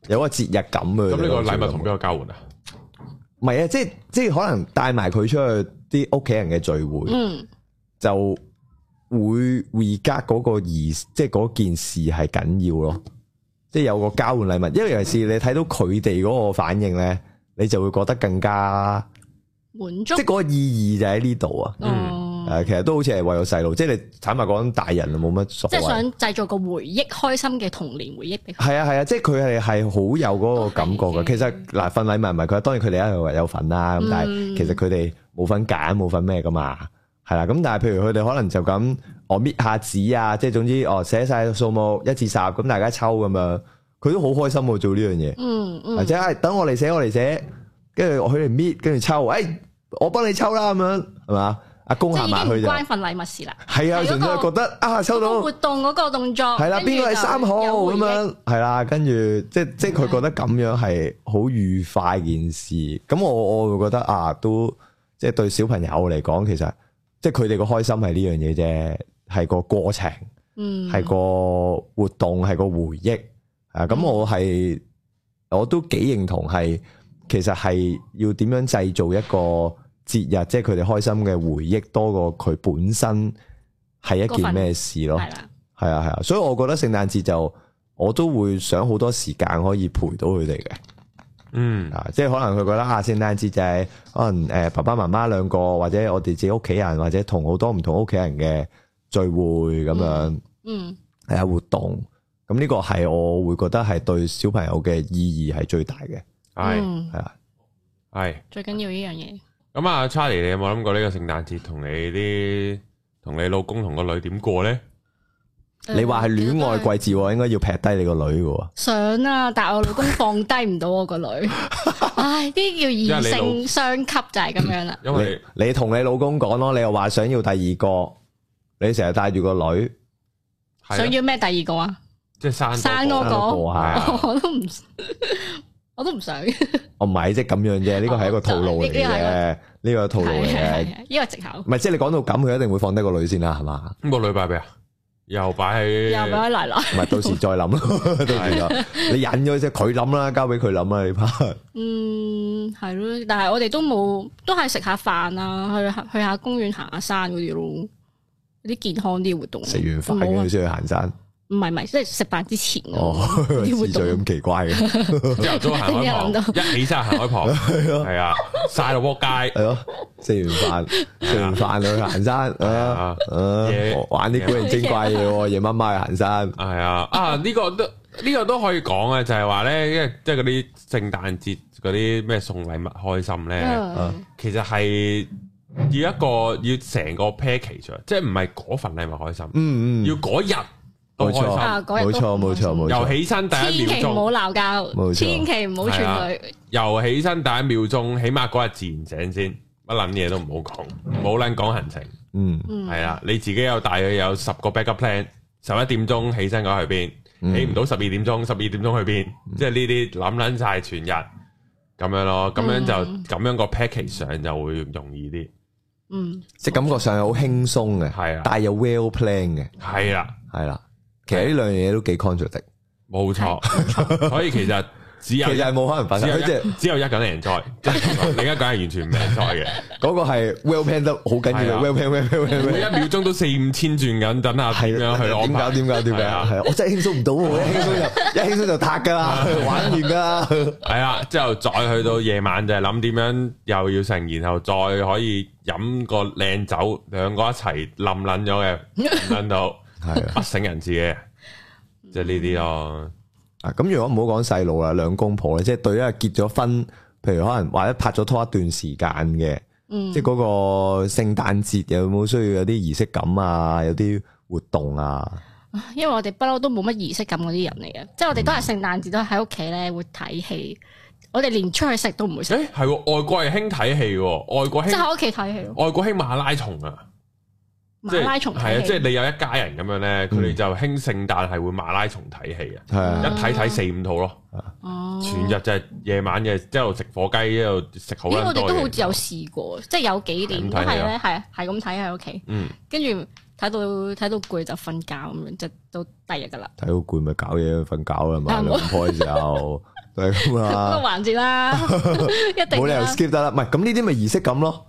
Speaker 1: 你
Speaker 2: 有個節日感啊。
Speaker 1: 咁呢個禮物同邊
Speaker 2: 佢
Speaker 1: 個交換啊？
Speaker 2: 唔係啊，即係即係可能帶埋佢出去啲屋企人嘅聚會，
Speaker 3: 嗯，
Speaker 2: 就會 regard 嗰個儀，即係嗰件事係緊要咯。即係有個交換禮物，因為尤其是你睇到佢哋嗰個反應咧，你就會覺得更加，
Speaker 3: 滿足
Speaker 2: 即係。嗰個意義就喺呢度啊。
Speaker 3: 哦
Speaker 2: 誒，其實都好似係為咗細路，即係你坦白講，大人冇乜所
Speaker 3: 即係
Speaker 2: 謂。
Speaker 3: 想製造個回憶，開心嘅童年回憶俾佢。
Speaker 2: 係啊係啊，即係佢係係好有嗰個感覺嘅。
Speaker 3: 都係嘅
Speaker 2: 其實嗱份禮物唔係佢，當然佢哋一係有份啦。咁但係
Speaker 3: 嗯
Speaker 2: 其實佢哋冇份揀，冇份咩噶嘛。係啦，咁但係譬如佢哋可能就咁，我搣下紙啊，即係總之哦寫晒數目一至十，咁大家抽咁樣，佢都好開心喎做呢樣嘢。
Speaker 3: 嗯
Speaker 2: 或
Speaker 3: 嗯，
Speaker 2: 者係等我嚟寫，我嚟寫，跟住佢哋搣，跟住抽，誒我幫你抽啦咁樣，係嘛？阿公
Speaker 3: 即係
Speaker 2: 行埋去
Speaker 3: 已經唔
Speaker 2: 就
Speaker 3: 關份禮物事啦。
Speaker 2: 係啊，
Speaker 3: 係嗰個
Speaker 2: 純粹係覺得啊抽
Speaker 3: 嗰個
Speaker 2: 到。
Speaker 3: 活動嗰個動作
Speaker 2: 系啦，
Speaker 3: 跟
Speaker 2: 邊
Speaker 3: 住
Speaker 2: 個係
Speaker 3: 就
Speaker 2: 三號
Speaker 3: 有回
Speaker 2: 咁
Speaker 3: 憶
Speaker 2: 樣，係啦，跟住即即係佢覺得咁樣係好愉快件事，咁我我會覺得啊，都即係對小朋友嚟講，其實即係佢哋個開心係呢樣嘢啫，係個過程，
Speaker 3: 嗯，
Speaker 2: 係個活動，係個回憶啊。
Speaker 3: 嗯
Speaker 2: 咁我係我都幾認同係，其實係要點樣製造一個節日，即係佢哋開心嘅回憶多過佢本身係一
Speaker 3: 嗰
Speaker 2: 件
Speaker 3: 份
Speaker 2: 咩事咯。
Speaker 3: 係啦，
Speaker 2: 系啊系啊，所以我覺得聖誕節就我都會想好多時間可以陪到佢哋嘅，
Speaker 1: 嗯，
Speaker 2: 啊，即係可能佢覺得啊，聖誕節就係可能诶、呃爸爸媽媽兩個，或者我哋自己屋企人，或者同好多唔同屋企人嘅聚會咁樣
Speaker 3: 嗯
Speaker 2: 係啊活動，咁呢個係我會覺得係對小朋友嘅意義係最大嘅，
Speaker 1: 係
Speaker 3: 嗯
Speaker 2: 係啊，
Speaker 1: 係。
Speaker 3: 最緊要呢樣嘢。
Speaker 1: 咁啊，Charlie，你有冇諗過呢個聖誕節同你啲同你老公同個女點過呢？
Speaker 2: 你話係戀愛季節喎，應該要劈低你個女嘅喎，
Speaker 3: 想啊，但係我老公放低唔到我個 女，唉，呢啲叫異性相吸就係咁樣 啦。
Speaker 1: 因為
Speaker 2: 你你同你老公講咯，你又話想要第二個，你成日帶住個女，
Speaker 1: 係啊
Speaker 3: 想要咩第二個啊？
Speaker 1: 即係生
Speaker 3: 生
Speaker 1: 嗰
Speaker 3: 嗰
Speaker 1: 個
Speaker 3: 個
Speaker 2: 生多個啊。
Speaker 3: 我都唔，我都唔想。呢
Speaker 2: 我唔係即係咁樣啫，呢個係一個套路嚟嘅，呢個套路嚟嘅。
Speaker 3: 呢個藉口
Speaker 2: 唔係即係你講到咁，佢一定會放低個女先啦，係 嘛？
Speaker 1: 咁個女擺俾啊，又擺
Speaker 3: 又俾
Speaker 1: 喺
Speaker 3: 我奶奶。
Speaker 2: 唔係到時再諗 咯，到時就你忍咗啫，佢諗啦，交俾佢諗啦，你怕
Speaker 3: 嗯，係咯，但係我哋都冇，都係食下飯啊，去下去下公園行下山嗰啲咯，嗰啲健康啲活動。
Speaker 2: 食完飯
Speaker 3: 冇
Speaker 2: 跟
Speaker 3: 啊
Speaker 2: 住先去行山，
Speaker 3: 唔係唔係，即係食飯之前嗰
Speaker 2: 哦，
Speaker 3: 啲活
Speaker 2: 次序
Speaker 3: 動
Speaker 2: 咁。奇怪嘅，
Speaker 1: 朝頭早行開
Speaker 3: 突然間諗
Speaker 1: 旁，一起身行開旁， 係啊，晒到撲街，
Speaker 2: 係咯，食完飯食完飯去行山，
Speaker 1: Ờ.
Speaker 2: 啊啊
Speaker 1: 嘢
Speaker 2: 玩啲古靈精怪嘢喎，夜媽媽去行山，
Speaker 1: 係啊，啊呢個都呢個都可以講啊，就係話呢，因為即係嗰啲聖誕節嗰啲咩送禮物開心
Speaker 2: 啊
Speaker 1: 呢，
Speaker 3: 嗯
Speaker 1: 其實係
Speaker 2: Ừ,
Speaker 1: 要一個要成個 package，啊即係唔係嗰份禮物開心，
Speaker 2: 嗯
Speaker 1: 要
Speaker 2: 嗯，
Speaker 1: 嗰日都
Speaker 2: 冇
Speaker 1: 開
Speaker 2: 錯
Speaker 1: 心，
Speaker 3: 啊嗰
Speaker 2: 冇
Speaker 3: 日都
Speaker 2: 錯冇錯冇
Speaker 1: 由
Speaker 2: 錯，
Speaker 1: 起身第一
Speaker 3: 千
Speaker 1: 秒
Speaker 3: 祈唔好
Speaker 1: 鐘，
Speaker 3: 鬧交，
Speaker 2: 冇錯啊
Speaker 3: 千祈唔好串佢。
Speaker 1: 由起身第一秒鐘，起碼嗰日自然醒先，乜捻嘢都唔好講，冇捻講行程，
Speaker 2: 嗯
Speaker 3: 嗯，
Speaker 1: 係啦，你自己有大約有十個 backup plan，十一點鐘起身嗰去邊，
Speaker 2: 嗯
Speaker 1: 起唔到十二點鐘，十二點鐘去邊，即係呢啲諗捻晒全日咁樣咯，咁樣
Speaker 3: 嗯
Speaker 1: 就咁樣個 package 上就會容易啲，
Speaker 3: 嗯，
Speaker 2: 即係感覺上係好輕鬆嘅，
Speaker 1: 係啊，
Speaker 2: 但係又 well à? plan 嘅，
Speaker 1: 係啊啦。
Speaker 2: 係啦。其實呢兩樣嘢都幾 contradict，
Speaker 1: 冇錯， 所以其實只
Speaker 2: 其
Speaker 1: 有
Speaker 2: 實係冇可能發
Speaker 1: 只
Speaker 2: 生，
Speaker 1: 有
Speaker 2: 即係
Speaker 1: 一只有一梗係 enjoy，即係另一梗係完全唔 enjoy 嘅。
Speaker 2: 嗰個係 well plan 得好緊
Speaker 1: 係
Speaker 2: 要
Speaker 1: 啊
Speaker 2: 嘅，well plan well plan well
Speaker 1: 每
Speaker 2: plan
Speaker 1: 一秒鐘都四五千轉緊，等下點樣去安
Speaker 2: 點搞
Speaker 1: 排。
Speaker 2: 點搞點搞，
Speaker 1: 係啊
Speaker 2: 係啊我真係輕鬆唔到喎，一輕鬆就一輕鬆就塌㗎啦，玩完㗎啦，
Speaker 1: 係啦，之後再去到夜晚就係諗點樣又要成，然後再可以飲個靚酒，兩個一齊冧撚 咗嘅，冧到
Speaker 2: 係啊。
Speaker 1: 不省人事嘅，即係呢啲咯。
Speaker 2: 啊，咁如果唔好講細路啦，啊兩公婆咧，即係對於結咗婚，譬如可能或者拍咗拖一段時間嘅，
Speaker 3: 嗯
Speaker 2: 即係嗰個聖誕節有冇需要有啲儀式感啊，有啲活動啊，
Speaker 3: 因為我哋不嬲都冇乜儀式感嗰啲人嚟嘅，即係我哋都係聖誕節都喺屋企咧會睇戲，我哋連出去食都唔會食，
Speaker 2: 嗯
Speaker 1: 誒，係喎外國係興睇戲喎，外國
Speaker 3: 嗯即係
Speaker 1: 興
Speaker 3: 喺屋企睇戲咯，
Speaker 1: 外國興馬拉松啊。係啊，即係
Speaker 3: 馬拉松睇戲。嗯
Speaker 1: 你有一家人咁樣咧，佢哋就興聖誕係會馬拉松睇戲啊，
Speaker 2: 係啊，
Speaker 1: 一睇睇四五套咯，
Speaker 3: 哦
Speaker 1: 全日就係夜晚嘅，一路食火雞，一路食好
Speaker 3: 咦，
Speaker 1: 撚
Speaker 3: 我哋
Speaker 1: 多
Speaker 3: 都好
Speaker 1: 嘢。
Speaker 3: 似有試過，即係有幾
Speaker 1: 係咁
Speaker 3: 年都
Speaker 1: 睇
Speaker 3: 係
Speaker 1: 戲啊
Speaker 3: 咧，係係咁睇啊喺屋企，
Speaker 1: 嗯，
Speaker 3: 跟住睇到睇到攰就瞓覺咁樣，就到第二日噶啦。
Speaker 2: 睇到攰咪搞嘢瞓覺啦嘛，
Speaker 3: 啊冇
Speaker 2: 兩開就就係咁
Speaker 3: 嗰
Speaker 2: 啦
Speaker 3: 個，環節 啦，一定
Speaker 2: 啊
Speaker 3: 啊
Speaker 2: 冇理由
Speaker 3: 啦
Speaker 2: skip 得啦，唔係咁呢啲咪儀式感咯，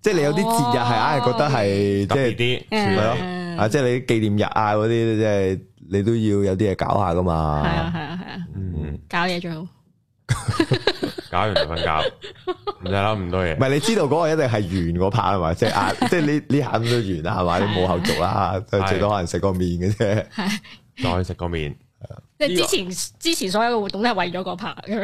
Speaker 2: 即係你有啲節日係硬係覺得係
Speaker 1: 特
Speaker 2: 即
Speaker 1: 別
Speaker 2: 係
Speaker 1: 啲，
Speaker 3: 嗯
Speaker 1: 係
Speaker 2: 係
Speaker 1: 咯
Speaker 3: 嗯
Speaker 2: 咯，啊即係你紀念日啊嗰啲，即係你都要有啲嘢搞下
Speaker 3: 係
Speaker 2: 噶
Speaker 3: 啊
Speaker 2: 嘛，
Speaker 3: 係啊係啊，
Speaker 1: 嗯，
Speaker 3: 搞嘢最好。
Speaker 1: 搞完就瞓覺，唔使諗咁多嘢
Speaker 2: 唔。係你知道嗰個一定係完嗰 part 係嘛？即 係啊，即係呢呢下咁都完啦係嘛？你冇後續啦，
Speaker 1: 係
Speaker 2: 最多可能食個面嘅啫。
Speaker 1: 再食個 面，
Speaker 3: 即
Speaker 1: 呢
Speaker 3: 係
Speaker 1: 個
Speaker 3: 之前之前所有嘅活動都係為咗嗰 part 咁樣，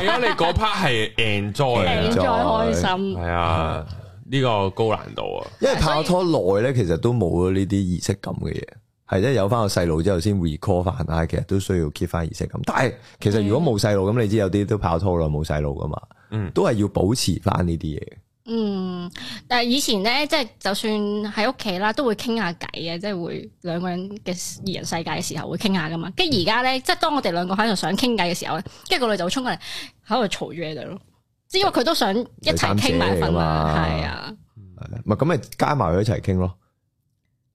Speaker 1: 為咗你嗰 part 係 enjoy
Speaker 3: 靚
Speaker 1: 啊，
Speaker 3: 再開心。
Speaker 1: 係啊，呢個高難度啊，
Speaker 2: 因為拍咗拖耐咧，其實都冇呢啲儀式感嘅嘢，係即係有翻個細路之後先 recall 翻啊，其實都需要 keep 翻儀式感。但係其實如果冇細路咁，你知有啲都拍咗拖耐冇細路噶嘛，
Speaker 1: 嗯
Speaker 2: 都係要保持翻呢啲嘢嘅。
Speaker 3: 嗯，但係以前咧，即係就算喺屋企啦，都會傾下偈嘅，即係會兩個人嘅二人世界嘅時候會傾下噶嘛。跟住而家咧，即係當我哋兩個喺度想傾偈嘅時候咧，跟住個女就會衝過嚟喺度嘈住你哋咯。即係因為佢都想一齊傾埋份嘛，係啊。
Speaker 2: 係啊咪咁咪加埋佢一齊傾咯。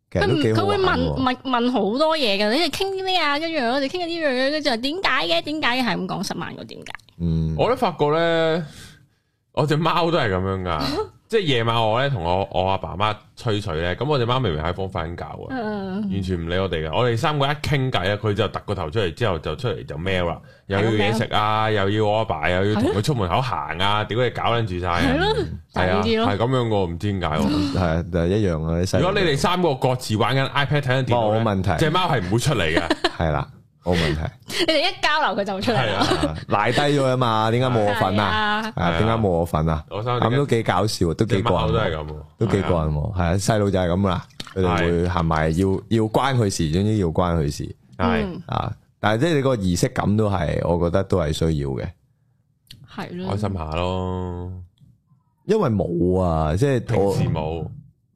Speaker 2: 其實
Speaker 3: 佢
Speaker 2: 都
Speaker 3: 唔
Speaker 2: 幾
Speaker 3: 佢
Speaker 2: 好
Speaker 3: 會
Speaker 2: 玩
Speaker 3: 問
Speaker 2: 喎。
Speaker 3: 問問好多嘢嘅，你哋傾咩啊？跟住我哋傾緊呢樣嘢，跟住就點解嘅？點解嘅係咁講十萬個點解？
Speaker 2: 嗯，
Speaker 1: 我都發覺咧，我只貓都係咁樣噶，即係夜晚我咧同我我阿爸媽吹水咧，咁我只貓明明喺房瞓緊覺啊。
Speaker 3: 嗯，
Speaker 1: 完全唔理我哋嘅，我哋三個一傾偈啊咧，佢就突個頭出嚟，之後就出嚟就咩啦，又要嘢食啊，又要我阿爸，又要同佢出門口行啊，屌你搞撚住晒啊，
Speaker 3: 係咯，就係
Speaker 1: 係
Speaker 3: 呢
Speaker 1: 啊，
Speaker 3: 啲咯
Speaker 1: 係。咁樣嘅，唔知點解喎。
Speaker 2: 係就係一樣啊。細
Speaker 1: 如
Speaker 2: 路
Speaker 1: 果你哋三個各自玩緊 iPad 睇緊電腦
Speaker 2: 冇問題
Speaker 1: 咧，只貓係唔會出嚟 嘅，
Speaker 2: 係啦，冇問題。
Speaker 3: 你哋一交流佢就出嚟
Speaker 1: 係
Speaker 3: 啦。
Speaker 1: 啊，
Speaker 2: 賴低咗啊嘛，點解冇我份啊？
Speaker 3: 啊！
Speaker 1: 係
Speaker 2: 啊，
Speaker 1: 啊
Speaker 2: 點解冇我份啊？
Speaker 1: 我三
Speaker 2: 咁都幾搞笑，都
Speaker 1: 隻
Speaker 2: 幾過
Speaker 1: 貓
Speaker 2: 癮
Speaker 1: 都係
Speaker 2: 喎，
Speaker 1: 咁喎，
Speaker 2: 都幾過
Speaker 1: 係啊
Speaker 2: 癮喎。係啊，細路就係咁啦，佢哋
Speaker 1: 係
Speaker 2: 會行埋要要關佢事，總之要關佢事
Speaker 1: 係
Speaker 3: 嗯，
Speaker 2: 啊。但係即係你個儀式感都係，我覺得都係需要嘅，
Speaker 3: 係咯，
Speaker 1: 開心下咯，
Speaker 2: 因為冇啊，即係
Speaker 1: 平
Speaker 2: 我
Speaker 1: 時冇，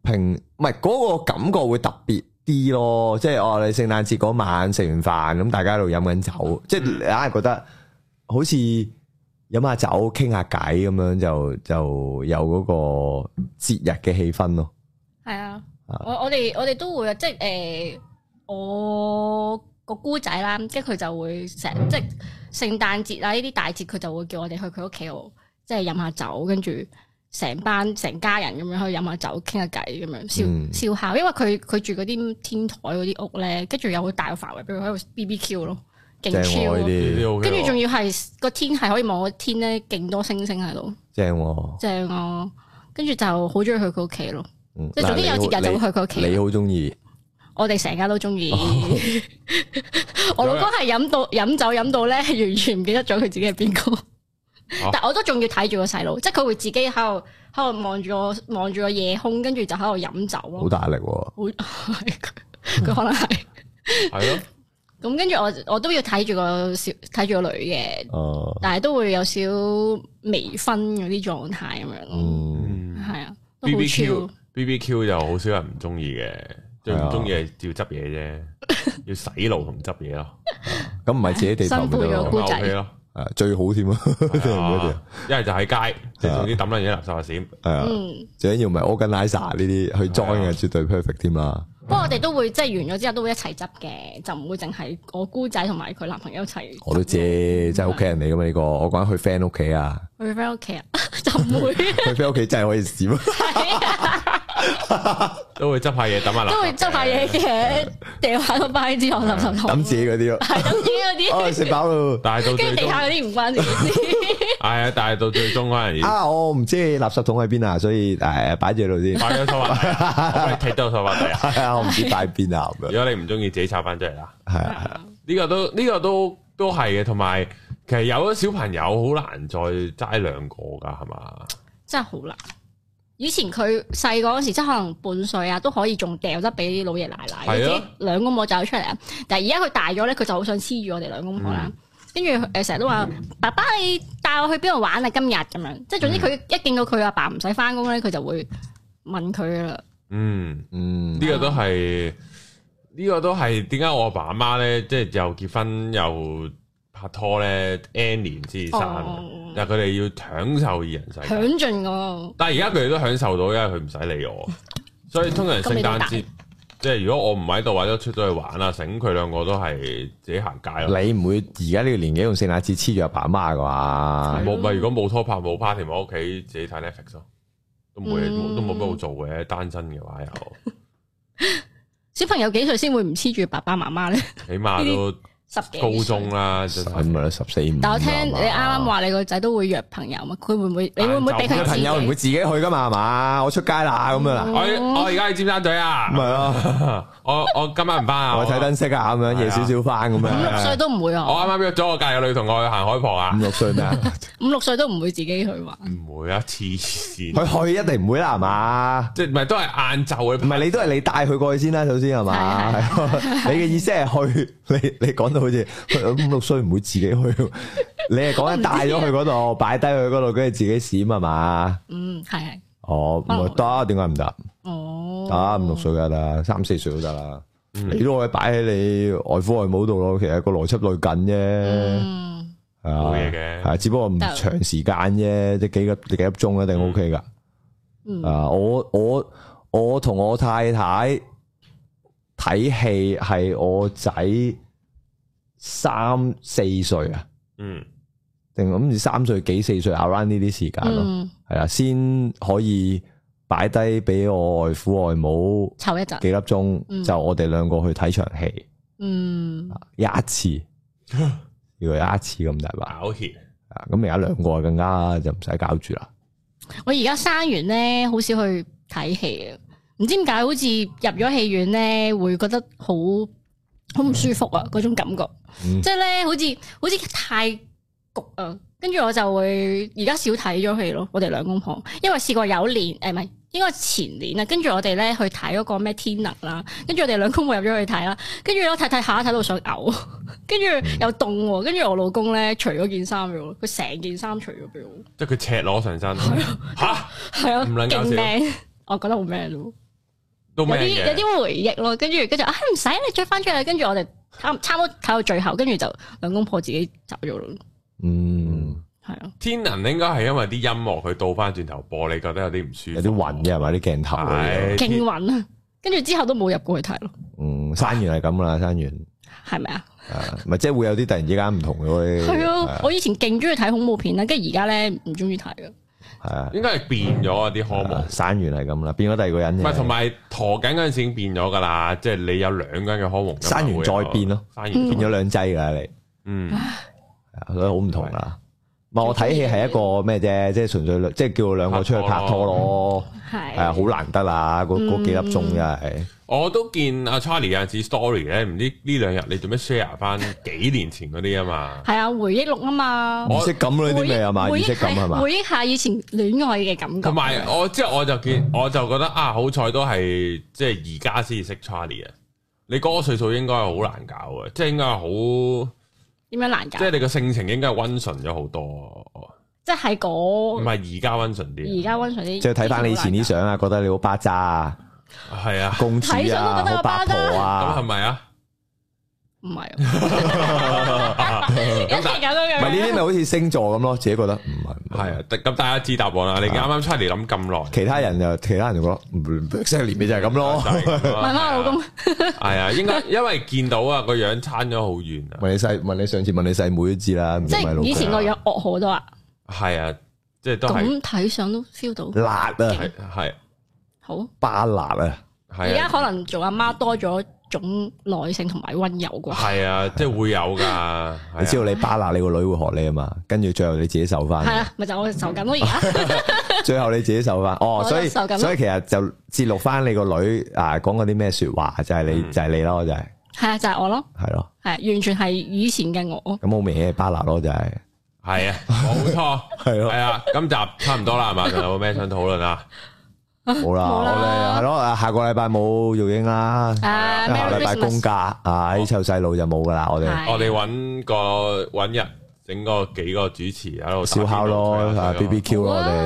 Speaker 2: 平唔係嗰個感覺會特別啲咯。即係哦，你聖誕節嗰晚食完飯咁，大家喺度飲緊酒，即係你硬係覺得好似飲下酒傾下偈咁樣，就就有嗰個節日嘅氣氛咯。
Speaker 3: 係啊！
Speaker 2: 啊
Speaker 3: 我我哋我哋都會啊，即係誒、呃我個姑仔啦，跟住佢就會成即係聖誕節啊呢啲大節，佢就會叫我哋去佢屋企度，即係飲下酒，跟住成班成家人咁樣去飲下酒，傾下偈咁樣笑、
Speaker 2: 嗯
Speaker 3: 笑下，因為佢佢住嗰啲天台嗰啲屋咧，跟住有好大個範圍俾佢喺度 B B Q 咯，勁
Speaker 2: 正
Speaker 3: Q
Speaker 2: 喎
Speaker 3: 咯，
Speaker 2: 呢
Speaker 1: 呢
Speaker 2: 啲，
Speaker 1: 啲 OK
Speaker 3: 跟住仲
Speaker 1: 喎。
Speaker 3: 要係個天係可以望個天咧，勁多星星喺度。
Speaker 2: 正喎。
Speaker 3: 正啊！跟住就好中意去佢屋企咯，
Speaker 2: 嗯
Speaker 3: 即係總之有節日就會去佢屋
Speaker 2: 你
Speaker 3: 企。
Speaker 2: 好哦中意，
Speaker 3: 我哋成家都中意。 我老公係飲到飲酒飲到咧， 完全唔記得咗佢自己係邊個。
Speaker 2: 哦
Speaker 3: 但我都仲要睇住個細路，即係佢會自己喺度喺度望住我望住個夜空，跟住就喺度飲酒
Speaker 2: 好
Speaker 3: 咯。
Speaker 2: 大壓力喎。
Speaker 3: 好 係佢佢可能係
Speaker 1: 係咯，
Speaker 3: 咁跟住我我都要睇住個小睇住個女嘅，
Speaker 2: 哦，
Speaker 3: 但係都會有少微醺嗰啲狀態咁樣咯，
Speaker 2: 嗯，
Speaker 1: 嗯
Speaker 3: 係啊，都
Speaker 1: B
Speaker 3: 好
Speaker 1: B
Speaker 3: chill
Speaker 1: Q B B Q 就好少人唔中意嘅，最
Speaker 2: 啊
Speaker 1: 唔中意係照執嘢啫， 要洗腦同執嘢咯，
Speaker 2: 咁唔係自己地頭咪
Speaker 3: 辛
Speaker 2: 得
Speaker 3: 苦
Speaker 1: 咁
Speaker 3: 咗
Speaker 2: 咯，
Speaker 1: 咪
Speaker 3: 故仔
Speaker 1: OK 咯，
Speaker 2: 啊最好 添啊，
Speaker 1: 係
Speaker 2: 唔好意思
Speaker 1: 啊一係就 喺街，即係總之抌撚嘢垃圾閃，
Speaker 2: 係啊，
Speaker 3: 嗯，
Speaker 2: 最緊要唔係 organizer 呢啲去 join
Speaker 1: 係啊
Speaker 2: 嘅，絕對 perfect 添啦。
Speaker 3: 不過我哋都會即係完咗之後都會一齊執嘅，就唔會淨係我姑仔同埋佢男朋友一齊。
Speaker 2: 我都知，真係屋企人嚟噶嘛呢個，我講去 friend 屋 企啊，
Speaker 3: 我 friend 屋企啊， 就唔 會
Speaker 2: 去 friend 屋企真係可以閃啊，
Speaker 1: 都會執下嘢抌下垃圾嘅，
Speaker 3: 都會執下嘢嘅，掉下個包之後，垃圾
Speaker 1: 啊
Speaker 3: 桶
Speaker 2: 抌自己 嗰啲咯。
Speaker 3: 係抌自己嗰啲，
Speaker 2: 哦，食飽咯。
Speaker 1: 但係到
Speaker 3: 跟
Speaker 1: 最
Speaker 3: 住地下
Speaker 1: 終
Speaker 3: 嗰啲唔關自己事。
Speaker 1: 係啊，但係到最終可能已經
Speaker 2: 啊，我唔知垃圾桶喺邊啊，所以诶摆住喺度 先。
Speaker 1: 擺咗拖鞋，我咪踢到拖鞋底啊！
Speaker 2: 係啊，我唔知擺邊啊咁
Speaker 1: 如
Speaker 2: 樣。
Speaker 1: 果你唔中意，自己拆翻出嚟啦。
Speaker 2: 係啊，
Speaker 1: 呢個都呢個都都係嘅，同埋其實有咗小朋友好難再齋兩個㗎，係嘛？
Speaker 3: 真係好難。以前佢細個嗰時，即係可能半歲啊，都可以仲掉得俾老爺奶奶，
Speaker 1: 係啊
Speaker 3: 自己兩公婆走出嚟啊。但係而家佢大咗咧，佢就好想黐住我哋兩公婆啦。跟住誒，成日都話爸爸你帶我去邊度玩啊？今日咁樣，即係總之佢一見到佢阿爸唔使翻工咧，佢就會問佢噶啦。
Speaker 1: 嗯，
Speaker 2: 嗯
Speaker 1: 呢個都係呢個都係點解我阿爸阿媽咧，即係又結婚又拍拖咧，N 年先生，啊
Speaker 3: 哦
Speaker 1: 但係佢哋要享受二人世界
Speaker 3: 享盡個
Speaker 1: 但係而家佢哋都享受到，因為佢唔使理 我，所以通常聖誕
Speaker 3: 咁你
Speaker 1: 節即係如果我唔喺度或者出咗去玩啊，醒佢兩個都係自己行街咯。
Speaker 2: 你唔會而家呢個年紀用聖誕節黐住阿爸媽噶嘛？
Speaker 1: 冇咪如果冇拖拍冇 party 咪喺屋企自己睇 Netflix 咯，都冇嘢
Speaker 3: 嗯
Speaker 1: 都冇乜好做嘅，單身嘅話又
Speaker 3: 小朋友幾歲先會唔黐住爸爸媽媽咧？
Speaker 1: 起碼都
Speaker 3: 十幾歲
Speaker 1: 高中啦，真
Speaker 2: 咁咪
Speaker 1: 係
Speaker 2: 咯，十四五。啊
Speaker 3: 但我聽你啱
Speaker 2: 嗯
Speaker 3: 啱話你個仔都會約朋友嘛，佢會唔會？你會唔會俾
Speaker 1: 但
Speaker 3: 佢
Speaker 1: 就
Speaker 2: 啲朋友唔會自己去噶嘛？係嘛？我出街啦咁樣啦，
Speaker 1: 我我而家喺尖沙咀
Speaker 2: 咁咪
Speaker 1: 啊，
Speaker 2: 咯，
Speaker 1: 我我今晚唔翻啊，
Speaker 2: 我睇燈飾啊
Speaker 1: 係
Speaker 2: 咁樣，
Speaker 1: 啊
Speaker 2: 夜少少翻咁
Speaker 3: 五六歲
Speaker 2: 樣。
Speaker 3: 都唔會
Speaker 1: 我
Speaker 3: 啊，
Speaker 1: 啱啱約咗我隔日女同我去行海旁
Speaker 2: 五
Speaker 1: 啊，
Speaker 2: 六歲咩啊？
Speaker 3: 五六歲都唔會自己去玩。
Speaker 1: 唔會啊，黐線，
Speaker 2: 嗯佢去一定唔會啦，係嘛？
Speaker 1: 即係唔係都係晏晝
Speaker 2: 唔
Speaker 1: 嘅，
Speaker 2: 係你都係你帶佢過去先啦，首先係嘛？
Speaker 3: 係啊
Speaker 2: 係啊咯你嘅意思係去， 你你講到好似佢五六歲唔會自己去， 你係講緊帶咗去嗰
Speaker 3: 啊
Speaker 2: 度，擺低佢嗰度，跟住自己閃係嘛？
Speaker 3: 嗯，係係，
Speaker 2: 哦，唔
Speaker 3: 可能
Speaker 2: 係得，點解唔得？
Speaker 3: 啊哦，嗯
Speaker 2: 得五六歲梗係得，三四歲都得啦。你都可以擺喺你外父外母度咯，其實個邏輯類近啫，
Speaker 3: 嗯，
Speaker 2: 係啊
Speaker 1: 冇嘢嘅
Speaker 2: 係啊只不過唔長時間啫，即係幾個幾粒鐘一啊定 OK 噶。
Speaker 3: 嗯
Speaker 2: 啊！我我我同我太太睇戲係我仔三四歲啊，
Speaker 1: 嗯，
Speaker 2: 定唔知三歲幾四歲 around 呢啲時間咯，
Speaker 3: 嗯，
Speaker 2: 係啦、先可以擺低俾我外父外母
Speaker 3: 湊一陣，
Speaker 2: 幾粒鐘，
Speaker 3: 嗯
Speaker 2: 就我哋兩個去睇場戲
Speaker 3: 嗯，
Speaker 2: 一次，要一次咁大把。
Speaker 1: 搞協
Speaker 2: 啊咁而家兩個更加就唔使搞住啦。
Speaker 3: 我而家生完咧，好少去睇戲啊，唔知點解好似入咗戲院咧，會覺得好好唔舒服啊，嗰種感覺，
Speaker 2: 嗯
Speaker 3: 即係咧，好似好似太焗啊，跟住我就會而家少睇咗戲咯，我哋兩公婆，因為試過有年誒唔係。應該前年啊，跟住我哋咧去睇嗰個咩天能啦，跟住我哋兩公婆入咗去睇啦， 跟住我睇睇下睇到想嘔，跟住又凍喎，跟住我老公咧除咗件衫俾我，佢成件衫除咗俾我。
Speaker 1: 即係佢赤裸上身，吓
Speaker 3: 系啊，
Speaker 1: 唔撚搞笑
Speaker 3: 勁靚，我覺得好 man 咯，
Speaker 1: 都
Speaker 3: 有
Speaker 1: 咩
Speaker 3: 啲有
Speaker 1: 嘅，
Speaker 3: 啲回憶咯，跟住跟住啊唔使你着翻出嚟，跟住我哋差唔差唔多睇到最後，跟住就兩公婆自己走咗咯，
Speaker 2: 嗯，
Speaker 3: 係啊，
Speaker 1: 天能應該係因為啲音樂佢倒翻轉頭播，你覺得有啲唔舒服，
Speaker 2: 有啲暈嘅係咪啲鏡頭嗰啲
Speaker 1: 係
Speaker 3: 勁暈啊，跟住之後都冇入過去睇咯，
Speaker 2: 嗯，生完係咁啦，生完。
Speaker 3: 係咪啊？
Speaker 2: 啊咪即係會有啲突然之間唔同嘅喎。
Speaker 3: 係啊，我以前勁中意睇恐怖片啦，跟住而家咧唔中意睇嘅，
Speaker 2: 係啊，
Speaker 1: 應該係變咗啊啲
Speaker 2: 我
Speaker 1: 荷蒙。
Speaker 2: 散完係咁啦，變咗第二個人
Speaker 1: 唔
Speaker 2: 嘅。
Speaker 1: 係，同埋陀緊嗰陣時已經變咗㗎啦，即係你有兩間嘅荷蒙㗎嘛，
Speaker 2: 生完再
Speaker 1: 會有
Speaker 2: 變咯，
Speaker 1: 生完
Speaker 2: 變
Speaker 1: 變
Speaker 2: 咗
Speaker 1: 咗，
Speaker 2: 兩劑㗎你，
Speaker 1: 嗯，
Speaker 2: 係啊所以好唔同啦。唔係我睇戲係一個咩啫，即係純粹即係叫兩個出去拍拖
Speaker 1: 哦
Speaker 2: 咯，係啊，
Speaker 3: 係
Speaker 2: 好難得啊，
Speaker 3: 嗯
Speaker 2: 嗰嗰幾粒鐘真係。
Speaker 1: 我都見阿 Charlie 有陣時 story 咧，唔知呢兩日你做咩 share 翻幾年前嗰啲啊嘛，
Speaker 3: 係啊，回憶錄啊嘛，
Speaker 2: 儀式感咯，呢啲咪係嘛？
Speaker 3: 回
Speaker 2: 儀
Speaker 3: 憶
Speaker 2: 式感係啊嘛？
Speaker 3: 回憶下以前戀愛嘅感覺，
Speaker 1: 同埋我即係我就見我就覺得啊，好彩都係即係而家先識 Charlie 啊，你嗰個歲數應該係好難搞嘅，即係應該係好，
Speaker 3: 點樣難搞
Speaker 1: 即？係你個性情應該係温順咗好多，
Speaker 3: 即係
Speaker 1: 唔
Speaker 3: 嗰
Speaker 1: 係而家温順啲。啊
Speaker 3: 而家温順啲，
Speaker 2: 即係睇翻你以前啲相啊，覺得你好巴渣啊，
Speaker 1: 係啊，
Speaker 2: 公主
Speaker 3: 睇相
Speaker 2: 啊，
Speaker 3: 都覺得
Speaker 2: 好
Speaker 3: 我
Speaker 2: 八
Speaker 3: 巴
Speaker 2: 婆
Speaker 1: 咁係
Speaker 3: 渣
Speaker 2: 啊，
Speaker 1: 咪 啊？
Speaker 3: 唔係喎， 一定咁樣樣。
Speaker 2: 唔係呢啲咪好似星座咁咯，自己覺得唔係唔
Speaker 1: 係啊，咁大家知答案啦。你啱啱出嚟諗咁耐，
Speaker 2: 其他人就其他人就覺得嗯唔唔聲年尾就係咁 咯
Speaker 1: 就，啊係咁啦
Speaker 3: 問翻我老公，
Speaker 1: 係啊，應該因為見到啊個樣差咗好遠啊，
Speaker 2: 問你細問你上次問你細妹都知啦，唔
Speaker 3: 即
Speaker 2: 係老
Speaker 3: 係
Speaker 2: 公
Speaker 3: 以前個樣惡好多啊，
Speaker 1: 係啊，即係都係
Speaker 3: 咁睇相都 feel 到
Speaker 2: 辣啊，
Speaker 1: 係係
Speaker 3: 好。
Speaker 2: 巴辣啊，
Speaker 3: 而
Speaker 1: 係
Speaker 3: 家
Speaker 1: 啊，
Speaker 3: 可能做阿媽多咗種耐性同埋温柔啩。
Speaker 1: 係啊，即係會有㗎。係啊
Speaker 2: 你知道你巴辣，你個女會學你啊嘛，跟住最後你自己受翻
Speaker 1: 啊
Speaker 3: 系。啦，咪就我受緊咯而家，
Speaker 2: 最後你自己受翻，哦，
Speaker 3: 我
Speaker 2: 所以
Speaker 3: 受緊咯
Speaker 2: 所以其實就節錄翻你個女啊講嗰啲咩说話，就係你
Speaker 1: 嗯
Speaker 2: 就係你咯，就係
Speaker 3: 係啊就係我咯，
Speaker 2: 係咯，
Speaker 3: 係完全係以前嘅我。
Speaker 2: 咁好明顯係巴辣咯，就係
Speaker 1: 係啊，冇 錯。
Speaker 2: 係
Speaker 1: 系，啊，今集差唔多啦，系嘛？仲有冇咩想討論啊？
Speaker 2: 好啦，
Speaker 3: 冇啦
Speaker 2: 我哋係咯，啊下個禮拜冇育嬰啦，
Speaker 3: 啊
Speaker 2: 下個
Speaker 3: Merry
Speaker 2: 禮拜公
Speaker 3: Christmas！
Speaker 2: 假啊，呢湊細路就冇噶啦，我哋
Speaker 3: 係啊
Speaker 1: 我哋揾個揾人整個幾個主持喺度
Speaker 2: 燒烤咯，啊 B B Q 咯，我
Speaker 3: 好啊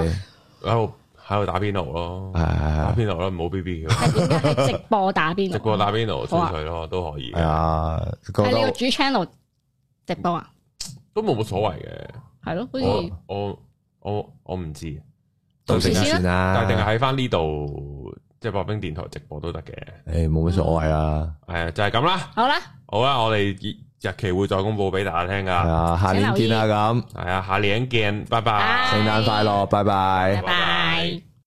Speaker 2: 哋
Speaker 1: 喺度喺度打邊爐咯，
Speaker 2: 係啊
Speaker 1: 打
Speaker 2: 係
Speaker 1: 邊爐咯，唔好 B B Q，
Speaker 3: 係點解係直播打邊爐？
Speaker 1: 直播打邊爐
Speaker 3: 好
Speaker 1: 吹
Speaker 3: 啊
Speaker 1: 水咯都可以
Speaker 2: 係，啊，覺
Speaker 3: 係你個
Speaker 2: 得
Speaker 3: 主 channel 直播啊？
Speaker 1: 都冇乜所謂嘅。
Speaker 3: 係咯，好似
Speaker 1: 我我我我唔知，
Speaker 3: 到時
Speaker 2: 定
Speaker 3: 先啦。
Speaker 2: 啦
Speaker 1: 但係定係喺翻呢度，即係白冰電台直播都得嘅。
Speaker 2: 誒冇乜所謂啦，
Speaker 1: 係啊，就係咁啦。
Speaker 3: 好啦，
Speaker 1: 好啦，我哋日期會再公佈俾大家聽
Speaker 2: 係
Speaker 1: 噶。
Speaker 2: 啊，下年見啦咁，
Speaker 1: 係啊，下年見，拜拜
Speaker 3: 拜。
Speaker 2: 聖誕快樂，拜拜
Speaker 3: 拜拜。